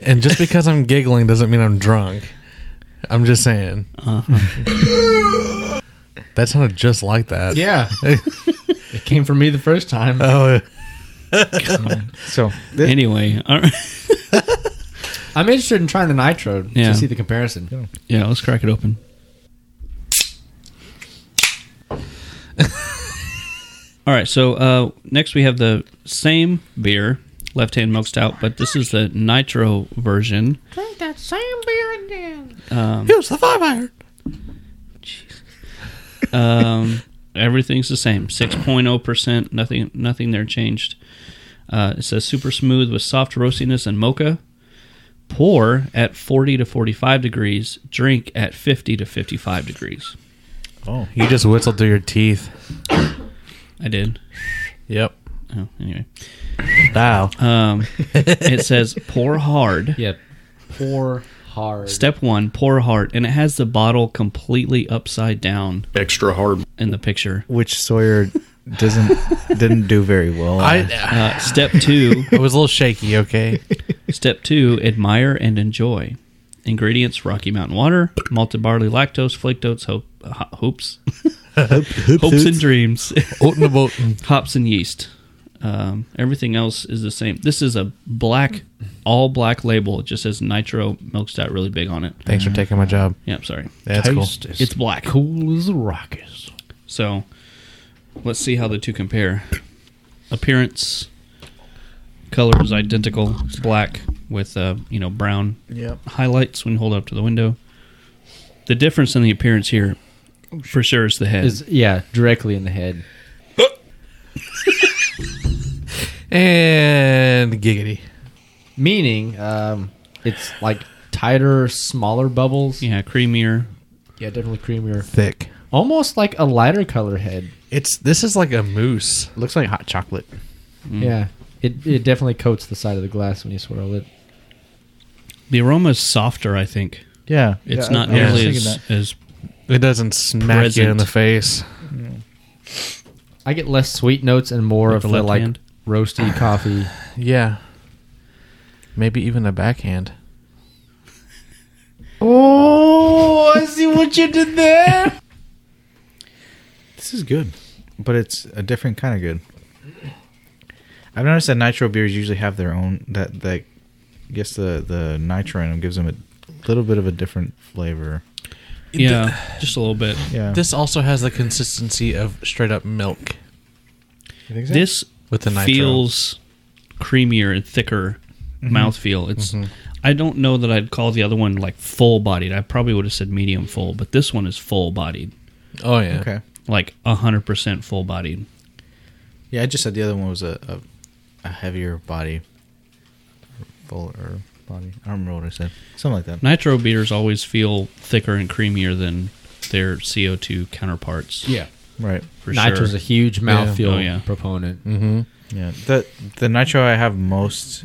[SPEAKER 2] and just because I'm giggling doesn't mean I'm drunk. I'm just saying. that sounded just like that.
[SPEAKER 3] Yeah, [laughs] it came from me the first time.
[SPEAKER 2] Oh,
[SPEAKER 4] So this,
[SPEAKER 7] Anyway, all right.
[SPEAKER 3] I'm interested in trying the nitro
[SPEAKER 7] Yeah.
[SPEAKER 3] to see the comparison.
[SPEAKER 7] yeah, let's crack it open. All right, so uh, next we have the same beer, Left Hand Milk Stout, but this is the nitro version.
[SPEAKER 9] Drink that same beer again. [laughs]
[SPEAKER 7] Um,
[SPEAKER 2] here's the five iron.
[SPEAKER 7] um, everything's the same. Six point zero percent. Nothing. Nothing there changed. Uh, it says super smooth with soft roastiness and mocha. Pour at 40 to 45 degrees. Drink at 50 to 55 degrees.
[SPEAKER 4] Oh,
[SPEAKER 2] You just whistled through your teeth.
[SPEAKER 7] I did.
[SPEAKER 2] Yep.
[SPEAKER 7] Oh, anyway.
[SPEAKER 2] Wow.
[SPEAKER 7] [laughs] Um, it says pour hard.
[SPEAKER 3] Yeah. Pour hard.
[SPEAKER 7] Step one, pour hard. And it has the bottle completely upside down
[SPEAKER 12] Extra hard.
[SPEAKER 7] in the picture.
[SPEAKER 4] which Sawyer doesn't didn't do very well.
[SPEAKER 2] I,
[SPEAKER 7] Uh, step two,
[SPEAKER 2] it was a little shaky, okay?
[SPEAKER 7] Step two, admire and enjoy. Ingredients Rocky Mountain water, malted barley, lactose, flaked oats, hope, ho- hopes, hopes and dreams,
[SPEAKER 2] Oat in the boat.
[SPEAKER 7] [laughs] hops and yeast. Um, everything else is the same. This is a black, all black label. It just says nitro milk stout really big on it.
[SPEAKER 2] Thanks for taking my job.
[SPEAKER 7] Yeah, I'm sorry.
[SPEAKER 2] That's cool.
[SPEAKER 7] It's black.
[SPEAKER 3] cool as a rock is.
[SPEAKER 7] So let's see how the two compare. Appearance, color is identical, black with uh, you know brown
[SPEAKER 2] Yep.
[SPEAKER 7] highlights when you hold up to the window. The difference in the appearance here, for sure, is the head.
[SPEAKER 3] Is yeah, directly in the head.
[SPEAKER 2] And giggity.
[SPEAKER 3] Meaning, um, it's like tighter, smaller bubbles.
[SPEAKER 7] yeah, creamier.
[SPEAKER 3] Yeah, definitely creamier.
[SPEAKER 2] Thick.
[SPEAKER 3] Almost like a lighter color head.
[SPEAKER 7] Mm-hmm.
[SPEAKER 2] It's this is like a moose.
[SPEAKER 4] Looks like hot chocolate.
[SPEAKER 3] Yeah. It, it definitely coats the side of the glass when you swirl it.
[SPEAKER 7] The aroma is softer, I think.
[SPEAKER 4] Yeah,
[SPEAKER 7] It's
[SPEAKER 4] Yeah,
[SPEAKER 7] not
[SPEAKER 4] I- I was
[SPEAKER 7] nearly
[SPEAKER 4] thinking
[SPEAKER 7] as,
[SPEAKER 4] that.
[SPEAKER 7] as
[SPEAKER 2] It doesn't smack you in
[SPEAKER 7] Present.
[SPEAKER 2] the face.
[SPEAKER 3] I get less sweet notes and more
[SPEAKER 7] With
[SPEAKER 3] of
[SPEAKER 7] the
[SPEAKER 3] the,
[SPEAKER 7] left
[SPEAKER 3] like
[SPEAKER 7] hand?
[SPEAKER 3] roasty
[SPEAKER 7] [coughs]
[SPEAKER 3] coffee.
[SPEAKER 2] Yeah. Maybe even a backhand.
[SPEAKER 3] Oh, I see what you did there.
[SPEAKER 4] This is good, but it's a different kind of good. I've noticed that nitro beers usually have their own that that I guess the the nitro in them gives them a little bit of a different flavor.
[SPEAKER 7] yeah, just a little bit.
[SPEAKER 4] Yeah,
[SPEAKER 2] This also has the consistency of straight up milk
[SPEAKER 7] This
[SPEAKER 2] with the nitro.
[SPEAKER 7] feels creamier and thicker mouthfeel. It's I don't know that I'd call the other one like full bodied. I probably would have said medium full, but this one is full bodied.
[SPEAKER 2] oh yeah.
[SPEAKER 4] okay.
[SPEAKER 7] Like hundred percent full bodied.
[SPEAKER 4] Yeah, I just said the other one was a a, a heavier body, fuller body. I don't remember what I said. Something like that.
[SPEAKER 7] Nitro beers always feel thicker and creamier than their CO two counterparts.
[SPEAKER 3] Yeah.
[SPEAKER 4] Right.
[SPEAKER 7] for
[SPEAKER 3] Nitro's
[SPEAKER 7] sure.
[SPEAKER 3] a huge mouthfeel
[SPEAKER 7] Oh, yeah.
[SPEAKER 3] proponent.
[SPEAKER 2] Mm-hmm.
[SPEAKER 4] Yeah. The the nitro I have most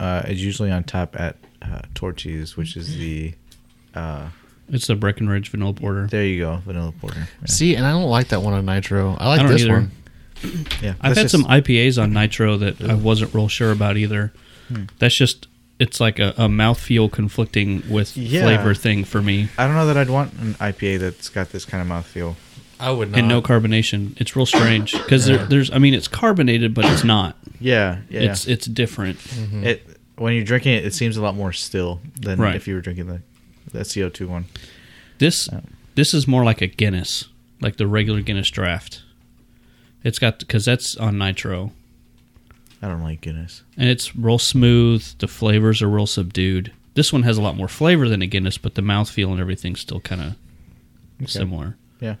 [SPEAKER 4] uh, is usually on top at uh, Torchy's, which is the uh,
[SPEAKER 7] It's the Breckenridge vanilla porter.
[SPEAKER 4] there you go vanilla porter. Yeah.
[SPEAKER 2] See, and I don't like that one on nitro. I like
[SPEAKER 7] I don't
[SPEAKER 2] this
[SPEAKER 7] either.
[SPEAKER 2] one.
[SPEAKER 4] Yeah,
[SPEAKER 7] I've had
[SPEAKER 4] that's just-
[SPEAKER 7] some IPAs on nitro that I wasn't real sure about either. That's just it's like a, a mouthfeel conflicting with
[SPEAKER 4] Yeah.
[SPEAKER 7] flavor thing for me.
[SPEAKER 4] I don't know that I'd want an IPA that's got this kind of mouthfeel.
[SPEAKER 2] I would not.
[SPEAKER 7] and no carbonation. It's real strange because there, there's. I mean, it's carbonated, but it's not.
[SPEAKER 4] Yeah, yeah.
[SPEAKER 7] It's it's different.
[SPEAKER 4] it when you're drinking it, it seems a lot more still than
[SPEAKER 7] Right.
[SPEAKER 4] if you were drinking the the CO two one.
[SPEAKER 7] This this is more like a Guinness, like the regular Guinness draft. It's got because that's on nitro,
[SPEAKER 4] I don't like Guinness.
[SPEAKER 7] and it's real smooth. The flavors are real subdued. This one has a lot more flavor than a Guinness, but the mouthfeel and everything's still kind of similar.
[SPEAKER 4] Yeah,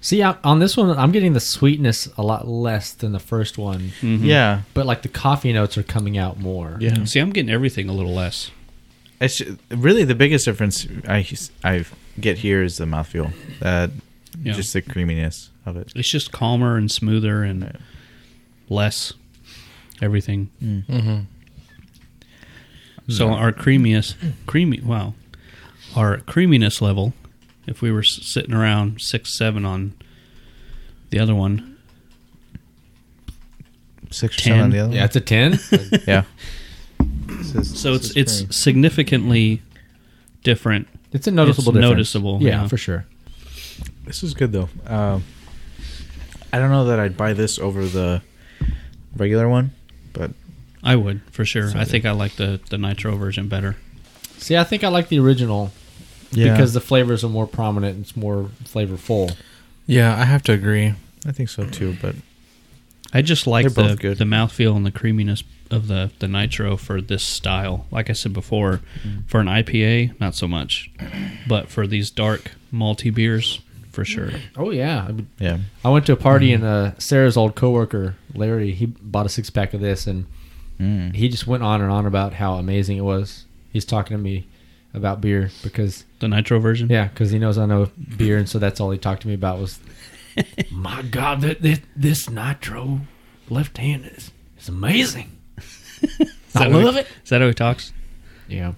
[SPEAKER 3] See, I, on this one, I'm getting the sweetness a lot less than the first one,
[SPEAKER 7] Mm-hmm.
[SPEAKER 4] yeah.
[SPEAKER 3] but like the coffee notes are coming out more.
[SPEAKER 7] Yeah. See, I'm getting everything a little less.
[SPEAKER 4] It's ju- really the biggest difference I I get here is the mouthfeel, uh,
[SPEAKER 7] Yeah.
[SPEAKER 4] just the creaminess of it.
[SPEAKER 7] It's just calmer and smoother and less everything.
[SPEAKER 4] Mm-hmm.
[SPEAKER 7] So our creaminess, creamy, wow, our creaminess level. If we were s- sitting around six, seven on the other one,
[SPEAKER 4] Six or
[SPEAKER 7] Ten.
[SPEAKER 4] seven on the other
[SPEAKER 3] Yeah, it's a
[SPEAKER 7] [laughs]
[SPEAKER 3] 10.
[SPEAKER 4] one. Yeah. This is-
[SPEAKER 7] so
[SPEAKER 4] this
[SPEAKER 7] it's
[SPEAKER 4] is
[SPEAKER 7] it's
[SPEAKER 4] pretty-
[SPEAKER 7] significantly different.
[SPEAKER 3] it's a noticeable
[SPEAKER 7] It's
[SPEAKER 3] difference.
[SPEAKER 7] noticeable,
[SPEAKER 3] Yeah,
[SPEAKER 7] yeah.
[SPEAKER 3] for sure.
[SPEAKER 4] This is good though. Um, I don't know that I'd buy this over the regular one, but
[SPEAKER 7] I would for sure. I think I like the the nitro version better.
[SPEAKER 3] See, I think I like the original
[SPEAKER 4] yeah,
[SPEAKER 3] because the flavors are more prominent and it's more flavorful.
[SPEAKER 2] Yeah, I have to agree.
[SPEAKER 4] I think so too. But
[SPEAKER 7] I just like
[SPEAKER 4] They're
[SPEAKER 7] the
[SPEAKER 4] both good.
[SPEAKER 7] the mouthfeel and the creaminess of the the nitro for this style. Like I said before, for an IPA, not so much, but for these dark malty beers, for sure.
[SPEAKER 3] Oh, yeah. I, mean,
[SPEAKER 4] yeah,
[SPEAKER 3] I went to a party
[SPEAKER 7] Mm-hmm.
[SPEAKER 3] and uh, Sarah's old coworker,
[SPEAKER 4] Mm.
[SPEAKER 3] Larry, he bought a six pack of this and he just went on and on about how amazing it was. he's talking to me about beer because
[SPEAKER 7] the nitro version.
[SPEAKER 3] yeah, because he knows I know beer, and so that's all he talked to me about [laughs] was
[SPEAKER 12] My God, that this, this nitro left hand is, is
[SPEAKER 3] [laughs]
[SPEAKER 12] amazing.
[SPEAKER 7] Is
[SPEAKER 12] I
[SPEAKER 7] that how he-
[SPEAKER 12] love it.
[SPEAKER 7] Is that how he talks?
[SPEAKER 3] [laughs] Yeah.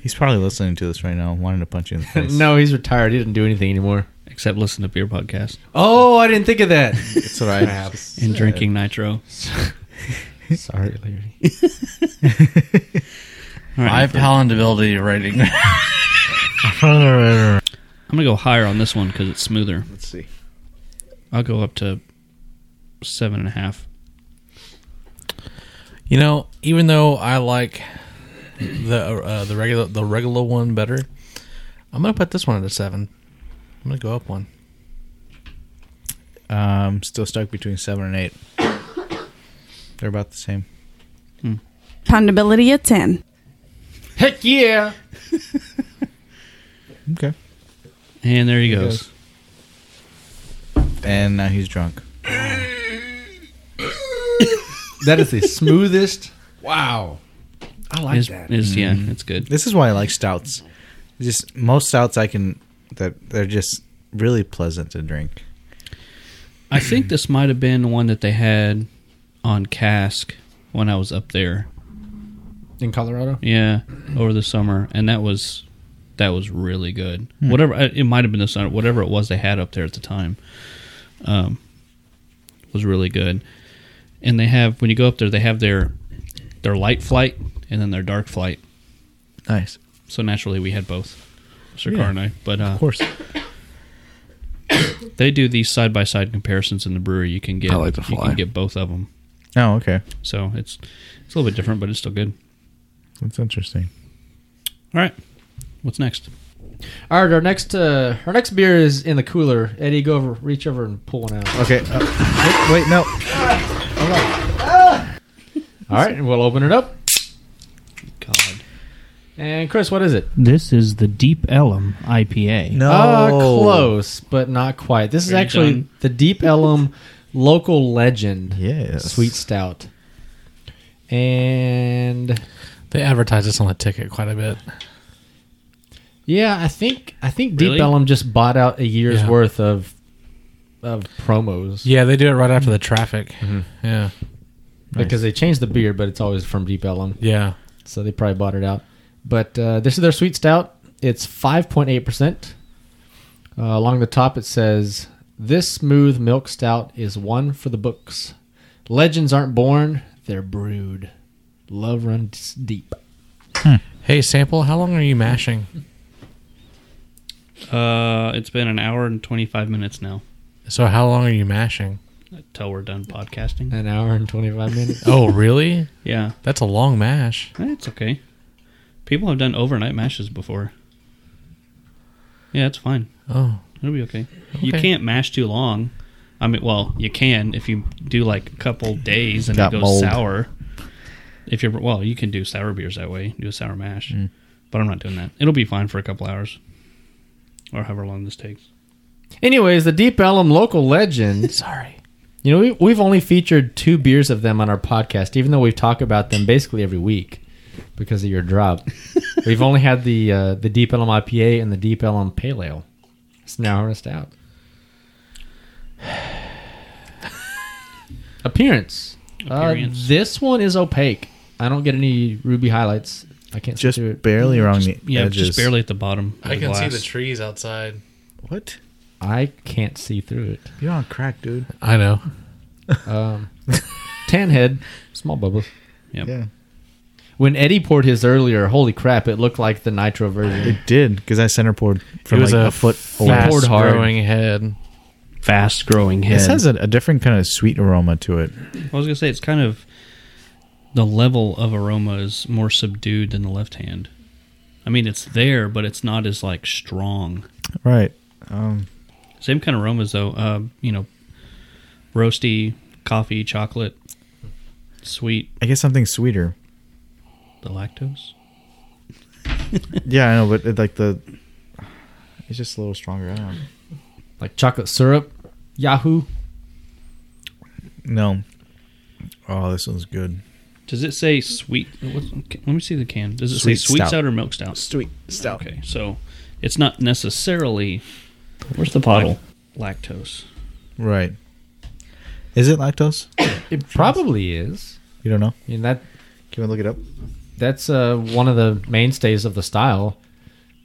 [SPEAKER 4] He's probably listening to this right now, wanting to punch you in the face.
[SPEAKER 3] no, he's retired. He doesn't do anything anymore
[SPEAKER 7] except listen to beer podcast.
[SPEAKER 3] Oh, I didn't think of [laughs] that.
[SPEAKER 4] It's all right.
[SPEAKER 3] Perhaps.
[SPEAKER 7] And drinking nitro.
[SPEAKER 3] Sorry, Larry.
[SPEAKER 7] All right.
[SPEAKER 10] My palatability
[SPEAKER 2] [laughs]
[SPEAKER 10] rating.
[SPEAKER 7] I'm gonna go higher on this one because it's smoother.
[SPEAKER 4] Let's see.
[SPEAKER 7] I'll go up to seven and a half.
[SPEAKER 2] You know, even though I like the uh, the regular the regular one better, I'm gonna put this one at a seven. I'm gonna go up one.
[SPEAKER 4] Um, still stuck between seven and eight. They're about the same.
[SPEAKER 8] Pondability at 10.
[SPEAKER 3] Heck yeah.
[SPEAKER 4] Okay.
[SPEAKER 7] And there he goes.
[SPEAKER 4] And now he's drunk.
[SPEAKER 3] That is the smoothest. Wow. I like
[SPEAKER 7] Is-
[SPEAKER 3] that.
[SPEAKER 7] is- yeah, it's good.
[SPEAKER 4] This is why I like stouts. Just most stouts I can that they're just really pleasant to drink.
[SPEAKER 7] I think this might have been one that they had on cask when I was up there.
[SPEAKER 3] In Colorado?
[SPEAKER 7] Yeah, over the summer, and that was that was really good.
[SPEAKER 4] Hmm.
[SPEAKER 7] Whatever I- it might have been the summer, whatever it was they had up there at the time, um, was really good. And they have when you go up there, they have their their light flight and then their dark flight.
[SPEAKER 4] Nice.
[SPEAKER 7] So naturally, we had both, Sir
[SPEAKER 4] Yeah.
[SPEAKER 7] Carr and I. But uh,
[SPEAKER 4] Of course.
[SPEAKER 7] [coughs] they do these side by side comparisons in the brewery. You can get
[SPEAKER 12] I like the
[SPEAKER 7] you
[SPEAKER 12] fly.
[SPEAKER 7] can get both of them.
[SPEAKER 4] Oh, okay.
[SPEAKER 7] So it's it's a little bit different, but it's still good.
[SPEAKER 4] That's interesting.
[SPEAKER 7] All right, what's next?
[SPEAKER 3] All right, our next uh, our next beer is in the cooler. Eddie, go over, reach over and pull one out.
[SPEAKER 4] Okay. uh, wait, wait, no.
[SPEAKER 3] All right, and we'll open it up.
[SPEAKER 7] God,
[SPEAKER 3] And Chris, what is it?
[SPEAKER 13] This is the Deep Ellum IPA.
[SPEAKER 4] No.
[SPEAKER 3] Uh, close, but not quite. This is
[SPEAKER 7] Are you
[SPEAKER 3] actually
[SPEAKER 7] done?
[SPEAKER 3] the Deep Ellum local legend
[SPEAKER 4] Yes.
[SPEAKER 3] sweet stout. And
[SPEAKER 2] They advertise this on the ticket quite a bit.
[SPEAKER 3] yeah, I think I think
[SPEAKER 7] Really?
[SPEAKER 3] Deep Ellum just bought out a year's
[SPEAKER 2] Yeah.
[SPEAKER 3] worth of of promos
[SPEAKER 2] Yeah, they do it right after the traffic. Yeah,
[SPEAKER 3] because they changed the beer, but it's always from Deep Ellum.
[SPEAKER 2] yeah.
[SPEAKER 3] so they probably bought it out. But uh, this is their sweet stout. It's 5.8%. Uh, along the top, it says, This smooth milk stout is one for the books. Legends aren't born, they're brewed. Love runs deep.
[SPEAKER 2] Hey, sample. How long are you mashing?
[SPEAKER 7] uh, it's been an hour and twenty five minutes now
[SPEAKER 2] So how long are you mashing?
[SPEAKER 7] until we're done podcasting.
[SPEAKER 3] An hour and 25 minutes.
[SPEAKER 2] Oh, really?
[SPEAKER 7] Yeah,
[SPEAKER 2] That's a long mash.
[SPEAKER 7] Eh, it's okay. People have done overnight mashes before. Yeah, it's fine.
[SPEAKER 2] Oh,
[SPEAKER 7] It'll be okay. You
[SPEAKER 2] Okay.
[SPEAKER 7] can't mash too long. I mean, well, you can if you do like a couple days and
[SPEAKER 4] Got
[SPEAKER 7] it goes
[SPEAKER 4] mold.
[SPEAKER 7] sour. If you're well, you can do sour beers that way. Do a sour mash,
[SPEAKER 4] Mm.
[SPEAKER 7] but I'm not doing that. It'll be fine for a couple hours, or however long this takes.
[SPEAKER 3] Anyways, the Deep Ellum local legend. Sorry. You know, we, we've only featured two beers of them on our podcast, even though we talk about them basically every week because of your drop. we've only had the uh, the Deep Ellum IPA and the Deep Ellum Pale Ale. It's now or out. [sighs] Appearance.
[SPEAKER 7] Appearance.
[SPEAKER 3] Uh, this one is opaque. I don't get any ruby highlights. I can't see
[SPEAKER 4] Just
[SPEAKER 3] through it.
[SPEAKER 4] barely around the
[SPEAKER 7] Yeah,
[SPEAKER 4] edges.
[SPEAKER 7] just barely at the bottom. of the glass.
[SPEAKER 2] trees outside.
[SPEAKER 4] What?
[SPEAKER 3] I can't see through it.
[SPEAKER 4] You're on crack, dude.
[SPEAKER 2] I know.
[SPEAKER 3] Um, [laughs] tan head, small bubbles.
[SPEAKER 7] Yep.
[SPEAKER 4] Yeah.
[SPEAKER 3] When Eddie poured his earlier, holy crap, it looked like the nitro version.
[SPEAKER 4] It did because I center poured from
[SPEAKER 2] it was
[SPEAKER 4] like
[SPEAKER 2] a,
[SPEAKER 4] a, foot
[SPEAKER 2] fast
[SPEAKER 3] Poured hard.
[SPEAKER 2] growing head.
[SPEAKER 7] Fast growing head.
[SPEAKER 4] This has a, a different kind of sweet aroma to it.
[SPEAKER 7] I was gonna say it's kind of the level of aroma is more subdued than the left hand. I mean, it's there, but it's not as like strong.
[SPEAKER 4] Right. Um,
[SPEAKER 7] Same kind of aromas though. Uh, you know, roasty, coffee, chocolate, sweet,
[SPEAKER 4] I guess something [laughs] sweeter.
[SPEAKER 7] the lactose.
[SPEAKER 4] Yeah, I know, but it, like the, it's just a little stronger. I don't know.
[SPEAKER 3] Like chocolate syrup, Yahoo.
[SPEAKER 4] No. Oh, this one's good.
[SPEAKER 7] Does it say sweet? what's- okay, Let me see the can. Does it
[SPEAKER 4] Sweet
[SPEAKER 7] say sweet
[SPEAKER 4] stout.
[SPEAKER 7] stout. or milk stout? Sweet
[SPEAKER 4] stout.
[SPEAKER 7] Okay, so it's not necessarily. Where's the bottle? lactose.
[SPEAKER 4] Right. Is it lactose?
[SPEAKER 3] It probably is.
[SPEAKER 4] You don't know?
[SPEAKER 3] I mean that.
[SPEAKER 4] Can we look it up?
[SPEAKER 3] That's uh, one of the mainstays of the style.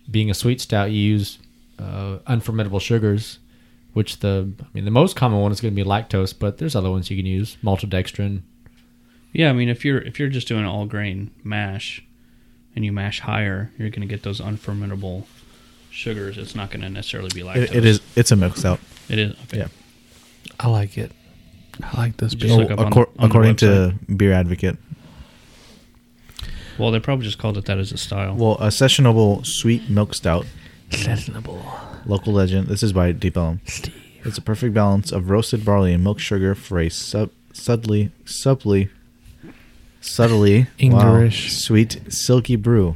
[SPEAKER 3] Being a sweet stout, you use uh, unfermentable sugars, which the I mean the most common one is going to be lactose, but there's other ones you can use, maltodextrin.
[SPEAKER 7] Yeah, I mean, if you're if you're just doing all grain mash, and you mash higher, you're going to get those unfermentable sugars. It's not going to necessarily be lactose.
[SPEAKER 4] It, it is. It's a milk stout.
[SPEAKER 7] It is. Okay.
[SPEAKER 4] Yeah.
[SPEAKER 2] I like it. I like this
[SPEAKER 7] Just look up on
[SPEAKER 4] Oh, Accor-
[SPEAKER 7] the- on the
[SPEAKER 4] according to Beer Advocate,
[SPEAKER 7] Well, they probably just called it that as a style.
[SPEAKER 4] well, a sessionable sweet milk stout.
[SPEAKER 2] Sessionable.
[SPEAKER 4] Local legend. This is by Deep Elm. It's a perfect balance of roasted barley and milk sugar for a sub subtly subtly subtly wow,
[SPEAKER 2] English.
[SPEAKER 4] sweet silky brew.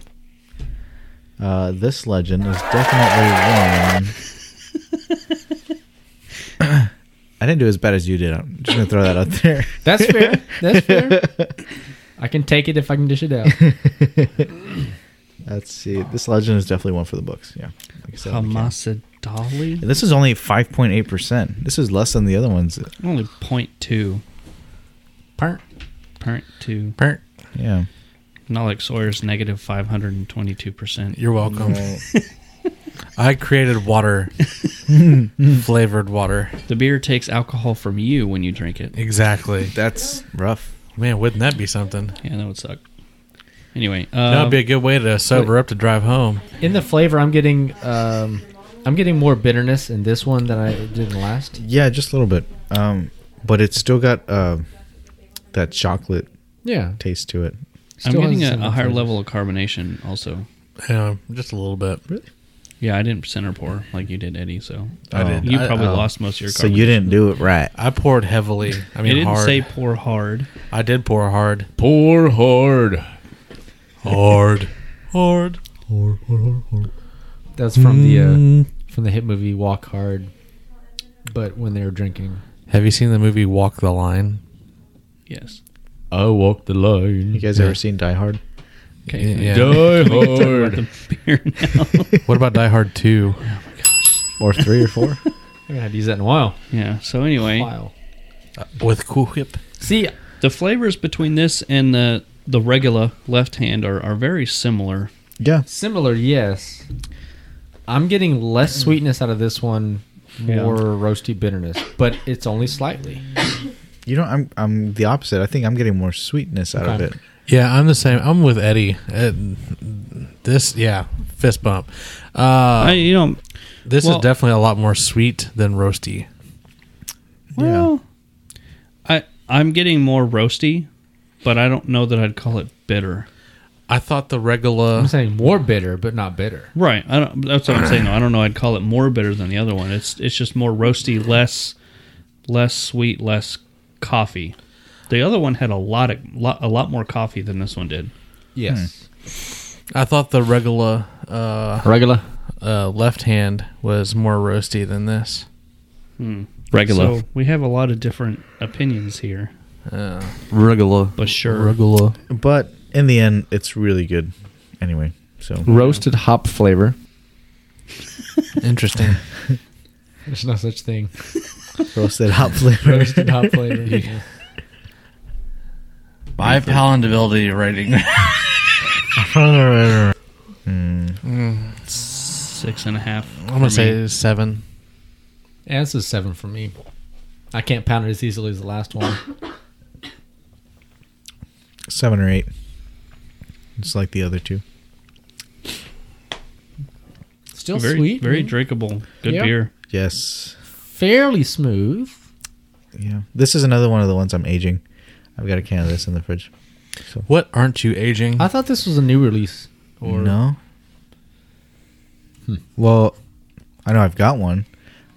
[SPEAKER 4] Uh, this legend is definitely one.
[SPEAKER 3] [laughs]
[SPEAKER 4] [coughs] I didn't do as bad as you did. I'm just gonna throw that out there.
[SPEAKER 3] That's fair. That's fair.
[SPEAKER 4] [laughs]
[SPEAKER 3] I can take it if I can dish it
[SPEAKER 7] [laughs]
[SPEAKER 3] out.
[SPEAKER 4] [laughs] Let's see. This legend is definitely one for the books. Yeah. Like I said, we can't-
[SPEAKER 7] Hamasadali?
[SPEAKER 4] This is only 5.8%. This is less than the other ones.
[SPEAKER 7] Only point two.
[SPEAKER 3] Part.
[SPEAKER 7] Part two.
[SPEAKER 2] Part.
[SPEAKER 4] Yeah.
[SPEAKER 7] Not like Sawyer's negative five hundred and twenty-two percent.
[SPEAKER 2] You're welcome.
[SPEAKER 4] Mm-hmm.
[SPEAKER 2] I created water, flavored water.
[SPEAKER 7] The beer takes alcohol from you when you drink it.
[SPEAKER 2] Exactly.
[SPEAKER 4] That's rough.
[SPEAKER 2] Man, wouldn't that be something?
[SPEAKER 7] Yeah, that would suck. Anyway,
[SPEAKER 2] that
[SPEAKER 7] um,
[SPEAKER 2] would be a good way to sober up to drive home.
[SPEAKER 3] In the flavor, I'm getting um, I'm getting more bitterness in this one than I did in the last.
[SPEAKER 4] Yeah, just a little bit. Um, but it's still got uh, that chocolate
[SPEAKER 3] Yeah.
[SPEAKER 4] taste to it.
[SPEAKER 7] I'm
[SPEAKER 3] still
[SPEAKER 7] getting
[SPEAKER 3] has
[SPEAKER 7] a,
[SPEAKER 3] some
[SPEAKER 7] a higher
[SPEAKER 3] flavors.
[SPEAKER 7] level of carbonation also.
[SPEAKER 2] Yeah, just a little bit. Really?
[SPEAKER 7] Yeah, I didn't center pour like you did, Eddie. So
[SPEAKER 2] I did.
[SPEAKER 7] You
[SPEAKER 2] I-
[SPEAKER 7] probably
[SPEAKER 2] oh.
[SPEAKER 7] lost most of your.
[SPEAKER 4] So you didn't do it right.
[SPEAKER 2] I poured heavily. I mean,
[SPEAKER 7] it didn't
[SPEAKER 2] hard.
[SPEAKER 7] say pour hard.
[SPEAKER 2] I did pour hard.
[SPEAKER 12] Pour hard.
[SPEAKER 2] Hard. Hard.
[SPEAKER 3] Hard, hard, hard, hard. That's from
[SPEAKER 2] Mm.
[SPEAKER 3] the uh, from the hit movie Walk Hard. But when they were drinking,
[SPEAKER 2] Have you seen the movie Walk the Line?
[SPEAKER 7] Yes.
[SPEAKER 12] I walk the line.
[SPEAKER 4] You guys ever seen Die Hard?
[SPEAKER 7] Okay.
[SPEAKER 2] Yeah.
[SPEAKER 7] [laughs]
[SPEAKER 12] Die
[SPEAKER 7] We're talking about
[SPEAKER 12] hard.
[SPEAKER 7] the beer now. [laughs]
[SPEAKER 2] What about Die Hard 2?
[SPEAKER 4] Or three or
[SPEAKER 3] I
[SPEAKER 4] four?
[SPEAKER 3] haven't had these that in a while.
[SPEAKER 7] yeah. So anyway,
[SPEAKER 3] While.
[SPEAKER 2] [laughs] With Cool Whip.
[SPEAKER 3] See,
[SPEAKER 7] the flavors between this and the the regular left hand are, are very similar.
[SPEAKER 4] [laughs] Yeah.
[SPEAKER 3] similar, yes. I'm getting less sweetness out of this one,
[SPEAKER 7] Yeah.
[SPEAKER 3] more roasty bitterness, but it's only slightly.
[SPEAKER 4] You know, I'm I'm the opposite. I think I'm getting more sweetness out of
[SPEAKER 3] Okay.
[SPEAKER 4] it.
[SPEAKER 2] Yeah, I'm the same. I'm with Eddie. Uh, this, yeah, fist bump. Uh,
[SPEAKER 7] I you know
[SPEAKER 2] this
[SPEAKER 7] well-
[SPEAKER 2] is definitely a lot more sweet than roasty.
[SPEAKER 7] well I I'm getting more roasty, but I don't know that I'd call it bitter.
[SPEAKER 2] I thought the
[SPEAKER 3] I'm
[SPEAKER 2] regular.
[SPEAKER 3] saying more bitter, but not bitter.
[SPEAKER 7] Right. I don't that's what I'm saying though. I don't know I'd call it more bitter than the other one. It's it's just more roasty, less less sweet, less coffee. The other one had a lot of lot, a lot more coffee than this one did.
[SPEAKER 3] Yes.
[SPEAKER 2] I thought the regular uh,
[SPEAKER 3] Regular.
[SPEAKER 2] uh, left hand was more roasty than this.
[SPEAKER 7] So we have a lot of different opinions here,
[SPEAKER 2] Uh, regular.
[SPEAKER 7] but sure.
[SPEAKER 2] Regular.
[SPEAKER 4] But in the end, it's really good. Anyway, so
[SPEAKER 3] Roasted hop flavor.
[SPEAKER 2] [laughs] Interesting.
[SPEAKER 3] There's no such thing.
[SPEAKER 4] [laughs] roasted hop flavor.
[SPEAKER 3] Roasted hop flavor.
[SPEAKER 10] My palatability rating.
[SPEAKER 7] Six and a half.
[SPEAKER 2] I'm [laughs] going to say seven.
[SPEAKER 3] Yeah, this is seven for me. I can't pound it as easily as the last one.
[SPEAKER 4] Seven or eight. It's like the other two.
[SPEAKER 3] Still
[SPEAKER 7] very,
[SPEAKER 3] sweet,
[SPEAKER 7] very
[SPEAKER 3] mm,
[SPEAKER 7] drinkable. Good
[SPEAKER 3] Yeah.
[SPEAKER 7] beer.
[SPEAKER 4] Yes.
[SPEAKER 3] fairly smooth.
[SPEAKER 4] Yeah. This is another one of the ones I'm aging. I've got a can of this in the fridge.
[SPEAKER 2] What aren't you aging?
[SPEAKER 3] I thought this was a new release. Or
[SPEAKER 4] no. Well, I know I've got one.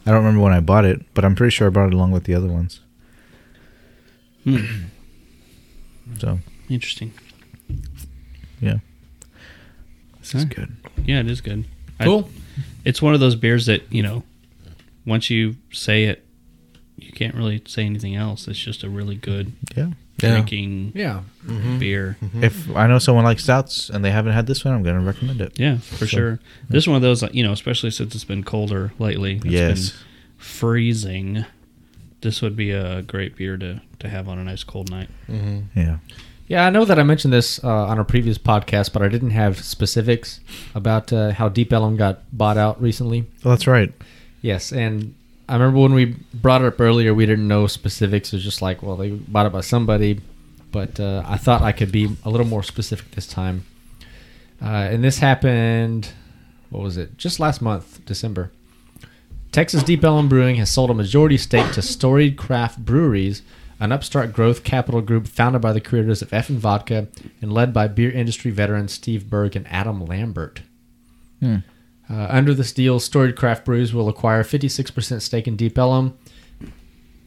[SPEAKER 4] I don't remember when I bought it, but I'm pretty sure I brought it along with the other ones. so
[SPEAKER 7] Interesting.
[SPEAKER 4] yeah, this is
[SPEAKER 7] Okay.
[SPEAKER 4] good.
[SPEAKER 7] Yeah, it is good. I-
[SPEAKER 3] cool.
[SPEAKER 7] it's one of those beers that you know, once you say it, you can't really say anything else. It's just a really good
[SPEAKER 4] Yeah, Yeah. Mm-hmm.
[SPEAKER 7] drinking
[SPEAKER 3] Yeah.
[SPEAKER 7] beer.
[SPEAKER 4] If I know someone likes stouts and they haven't had this one, I'm going to recommend it.
[SPEAKER 7] Yeah, for
[SPEAKER 4] So-
[SPEAKER 7] sure. This is one of those, like, you know, especially since it's been colder lately. It's
[SPEAKER 4] Yes.
[SPEAKER 7] been freezing. This would be a great beer to, to have on a nice cold night.
[SPEAKER 2] Mm-hmm.
[SPEAKER 4] Yeah.
[SPEAKER 3] Yeah, I know that I mentioned this uh, on our previous podcast, but I didn't have specifics about uh, how Deep Ellum got bought out recently.
[SPEAKER 4] Well, that's right.
[SPEAKER 3] Yes, and I remember when we brought it up earlier, we didn't know specifics. It was just like, well, they bought it by somebody, but uh, I thought I could be a little more specific this time. Uh, and this happened, what was it? Just last month, December. Texas Deep Ellum Brewing has sold a majority stake to Storied Craft Breweries, an upstart growth capital group founded by the creators of F and Vodka and led by beer industry veterans Steve Berg and Adam Lambert.
[SPEAKER 4] Hmm.
[SPEAKER 3] Uh, under this deal, Storied Craft Brews will acquire 56% stake in Deep Ellum,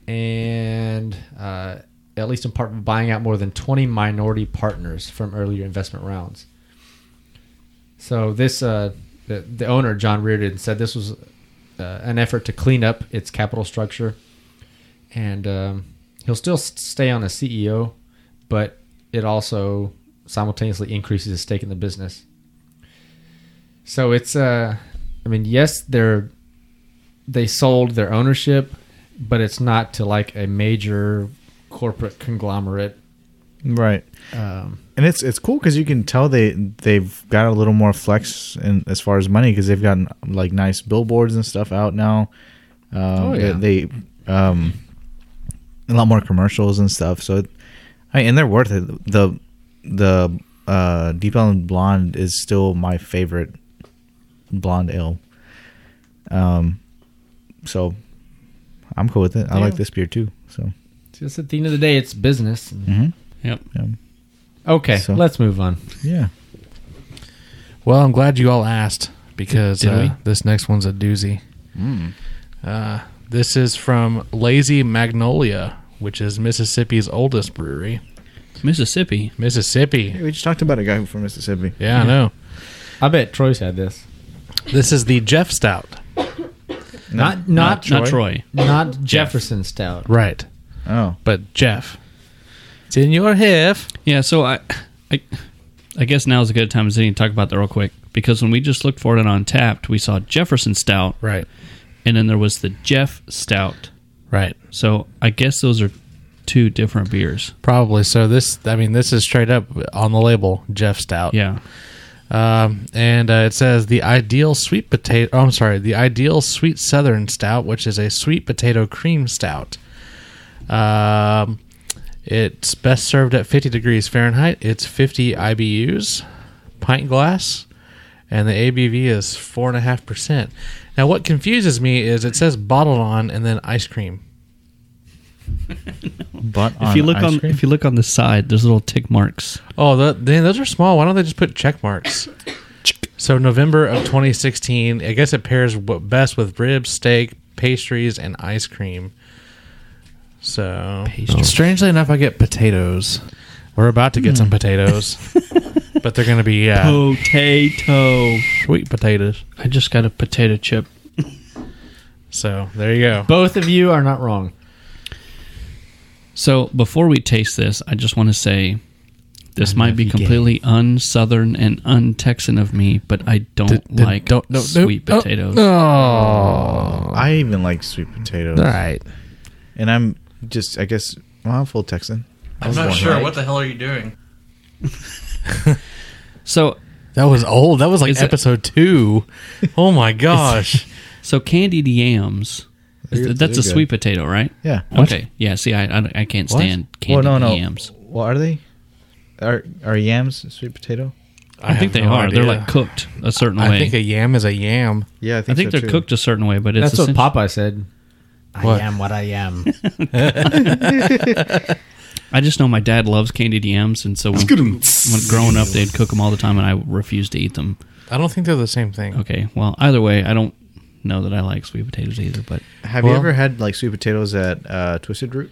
[SPEAKER 3] and uh, at least in part by buying out more than 20 minority partners from earlier investment rounds. So this, uh, the, the owner John Reardon said this was uh, an effort to clean up its capital structure, and um, he'll still s- stay on as CEO, but it also simultaneously increases his stake in the business. So it's, uh, I mean, yes, they're they sold their ownership, but it's not to like a major corporate conglomerate.
[SPEAKER 4] Right.
[SPEAKER 3] Um,
[SPEAKER 4] and it's it's cool because you can tell they they've got a little more flex in as far as money because they've gotten like nice billboards and stuff out now. Um,
[SPEAKER 3] Oh, yeah.
[SPEAKER 4] They, they, um, a lot more commercials and stuff. So, it, I and they're worth it. The the uh, Deep Ellum Blonde is still my favorite blonde ale. Um, so I'm cool with it. I
[SPEAKER 3] Yeah.
[SPEAKER 4] like this beer too. So
[SPEAKER 3] Just at the end of the day, it's business.
[SPEAKER 4] Mhm.
[SPEAKER 7] Yep.
[SPEAKER 4] yeah.
[SPEAKER 3] Okay,
[SPEAKER 4] So-
[SPEAKER 3] let's move on.
[SPEAKER 4] yeah.
[SPEAKER 2] Well, I'm glad you all asked because
[SPEAKER 7] Did we?
[SPEAKER 2] uh, this next one's a doozy.
[SPEAKER 7] Mm.
[SPEAKER 2] Uh, this is from Lazy Magnolia, which is Mississippi's oldest brewery.
[SPEAKER 7] Mississippi.
[SPEAKER 2] Mississippi.
[SPEAKER 4] We just talked about a guy from Mississippi.
[SPEAKER 2] Yeah, I know.
[SPEAKER 3] I bet Troy's had this.
[SPEAKER 2] This is the Jeff Stout.
[SPEAKER 3] Not
[SPEAKER 7] Not-
[SPEAKER 3] not
[SPEAKER 7] not Troy.
[SPEAKER 3] not Jefferson Stout.
[SPEAKER 2] Right.
[SPEAKER 4] Oh.
[SPEAKER 2] But Jeff. It's in your hip.
[SPEAKER 7] Yeah, so I, I, I guess now is a good time as any to talk about that real quick because when we just looked for it on Tapped, we saw Jefferson Stout,
[SPEAKER 2] Right.
[SPEAKER 7] and then there was the Jeff Stout.
[SPEAKER 2] Right.
[SPEAKER 7] So I guess those are two different beers.
[SPEAKER 2] Probably. So this, I mean, this is straight up on the label, Jeff Stout.
[SPEAKER 7] Yeah.
[SPEAKER 2] Um, and uh, it says the ideal sweet potato. Oh, I'm sorry, the ideal sweet Southern stout, which is a sweet potato cream stout. Um, it's best served at 50 degrees Fahrenheit. It's 50 IBUs, pint glass, and the ABV is four and a half percent. Now, what confuses me is it says bottled on and then ice cream.
[SPEAKER 4] But
[SPEAKER 7] If you look on if you look on the side, there's little tick marks.
[SPEAKER 2] Oh, tho- then those are small. Why don't they just put check marks? So November of 2016, I guess it pairs w- best with ribs, steak, pastries, and ice cream. So strangely enough, I get potatoes. We're about to get
[SPEAKER 7] Hmm.
[SPEAKER 2] some
[SPEAKER 7] [laughs]
[SPEAKER 2] potatoes, but they're going to be uh,
[SPEAKER 7] Potato.
[SPEAKER 2] sweet potatoes.
[SPEAKER 13] I just got a potato chip.
[SPEAKER 2] So there you go.
[SPEAKER 3] Both of you are not wrong.
[SPEAKER 7] So before we taste this, I just want to say this might be completely un-Southern and un-Texan of me, but I don't
[SPEAKER 2] d-
[SPEAKER 7] like
[SPEAKER 2] don't- no, no,
[SPEAKER 7] sweet
[SPEAKER 2] oh,
[SPEAKER 7] potatoes.
[SPEAKER 2] Oh,
[SPEAKER 4] I even like sweet potatoes.
[SPEAKER 2] all right.
[SPEAKER 4] And I'm just, I guess, well, I'm full Texan. I
[SPEAKER 10] I'm
[SPEAKER 4] was
[SPEAKER 10] not
[SPEAKER 4] born
[SPEAKER 10] sure.
[SPEAKER 4] here.
[SPEAKER 10] What the hell are you doing?
[SPEAKER 7] So
[SPEAKER 2] That was old. That was like
[SPEAKER 7] Is it-
[SPEAKER 2] episode two. Oh
[SPEAKER 7] [laughs]
[SPEAKER 2] my gosh.
[SPEAKER 7] so candied yams.
[SPEAKER 4] You're-
[SPEAKER 7] That's
[SPEAKER 4] you're
[SPEAKER 7] a
[SPEAKER 4] good.
[SPEAKER 7] sweet potato, right?
[SPEAKER 4] Yeah.
[SPEAKER 7] Okay. Yeah. See, I I, I can't
[SPEAKER 4] What?
[SPEAKER 7] stand candied
[SPEAKER 4] Well, no, no.
[SPEAKER 7] yams.
[SPEAKER 4] Well, are they? Are are yams sweet potato?
[SPEAKER 7] I,
[SPEAKER 2] have
[SPEAKER 7] think they
[SPEAKER 2] no
[SPEAKER 7] are. They're
[SPEAKER 2] idea.
[SPEAKER 7] like cooked a certain
[SPEAKER 2] I
[SPEAKER 7] way.
[SPEAKER 2] think a yam is a yam.
[SPEAKER 4] Yeah, I
[SPEAKER 7] I
[SPEAKER 4] think,
[SPEAKER 7] think
[SPEAKER 4] so,
[SPEAKER 7] they're
[SPEAKER 4] too.
[SPEAKER 7] cooked a certain way, but it's
[SPEAKER 3] That's what
[SPEAKER 7] essen-
[SPEAKER 3] Popeye said.
[SPEAKER 2] What?
[SPEAKER 3] I am what I am.
[SPEAKER 7] I just know my dad loves candied yams, and so when, when growing up, they'd cook them all the time, and I refused to eat them.
[SPEAKER 2] I don't think they're the same thing.
[SPEAKER 7] Okay, well, either way, I don't know that I like sweet potatoes either, but
[SPEAKER 4] Have
[SPEAKER 2] Well-
[SPEAKER 4] you ever had like sweet potatoes at uh, Twisted Root?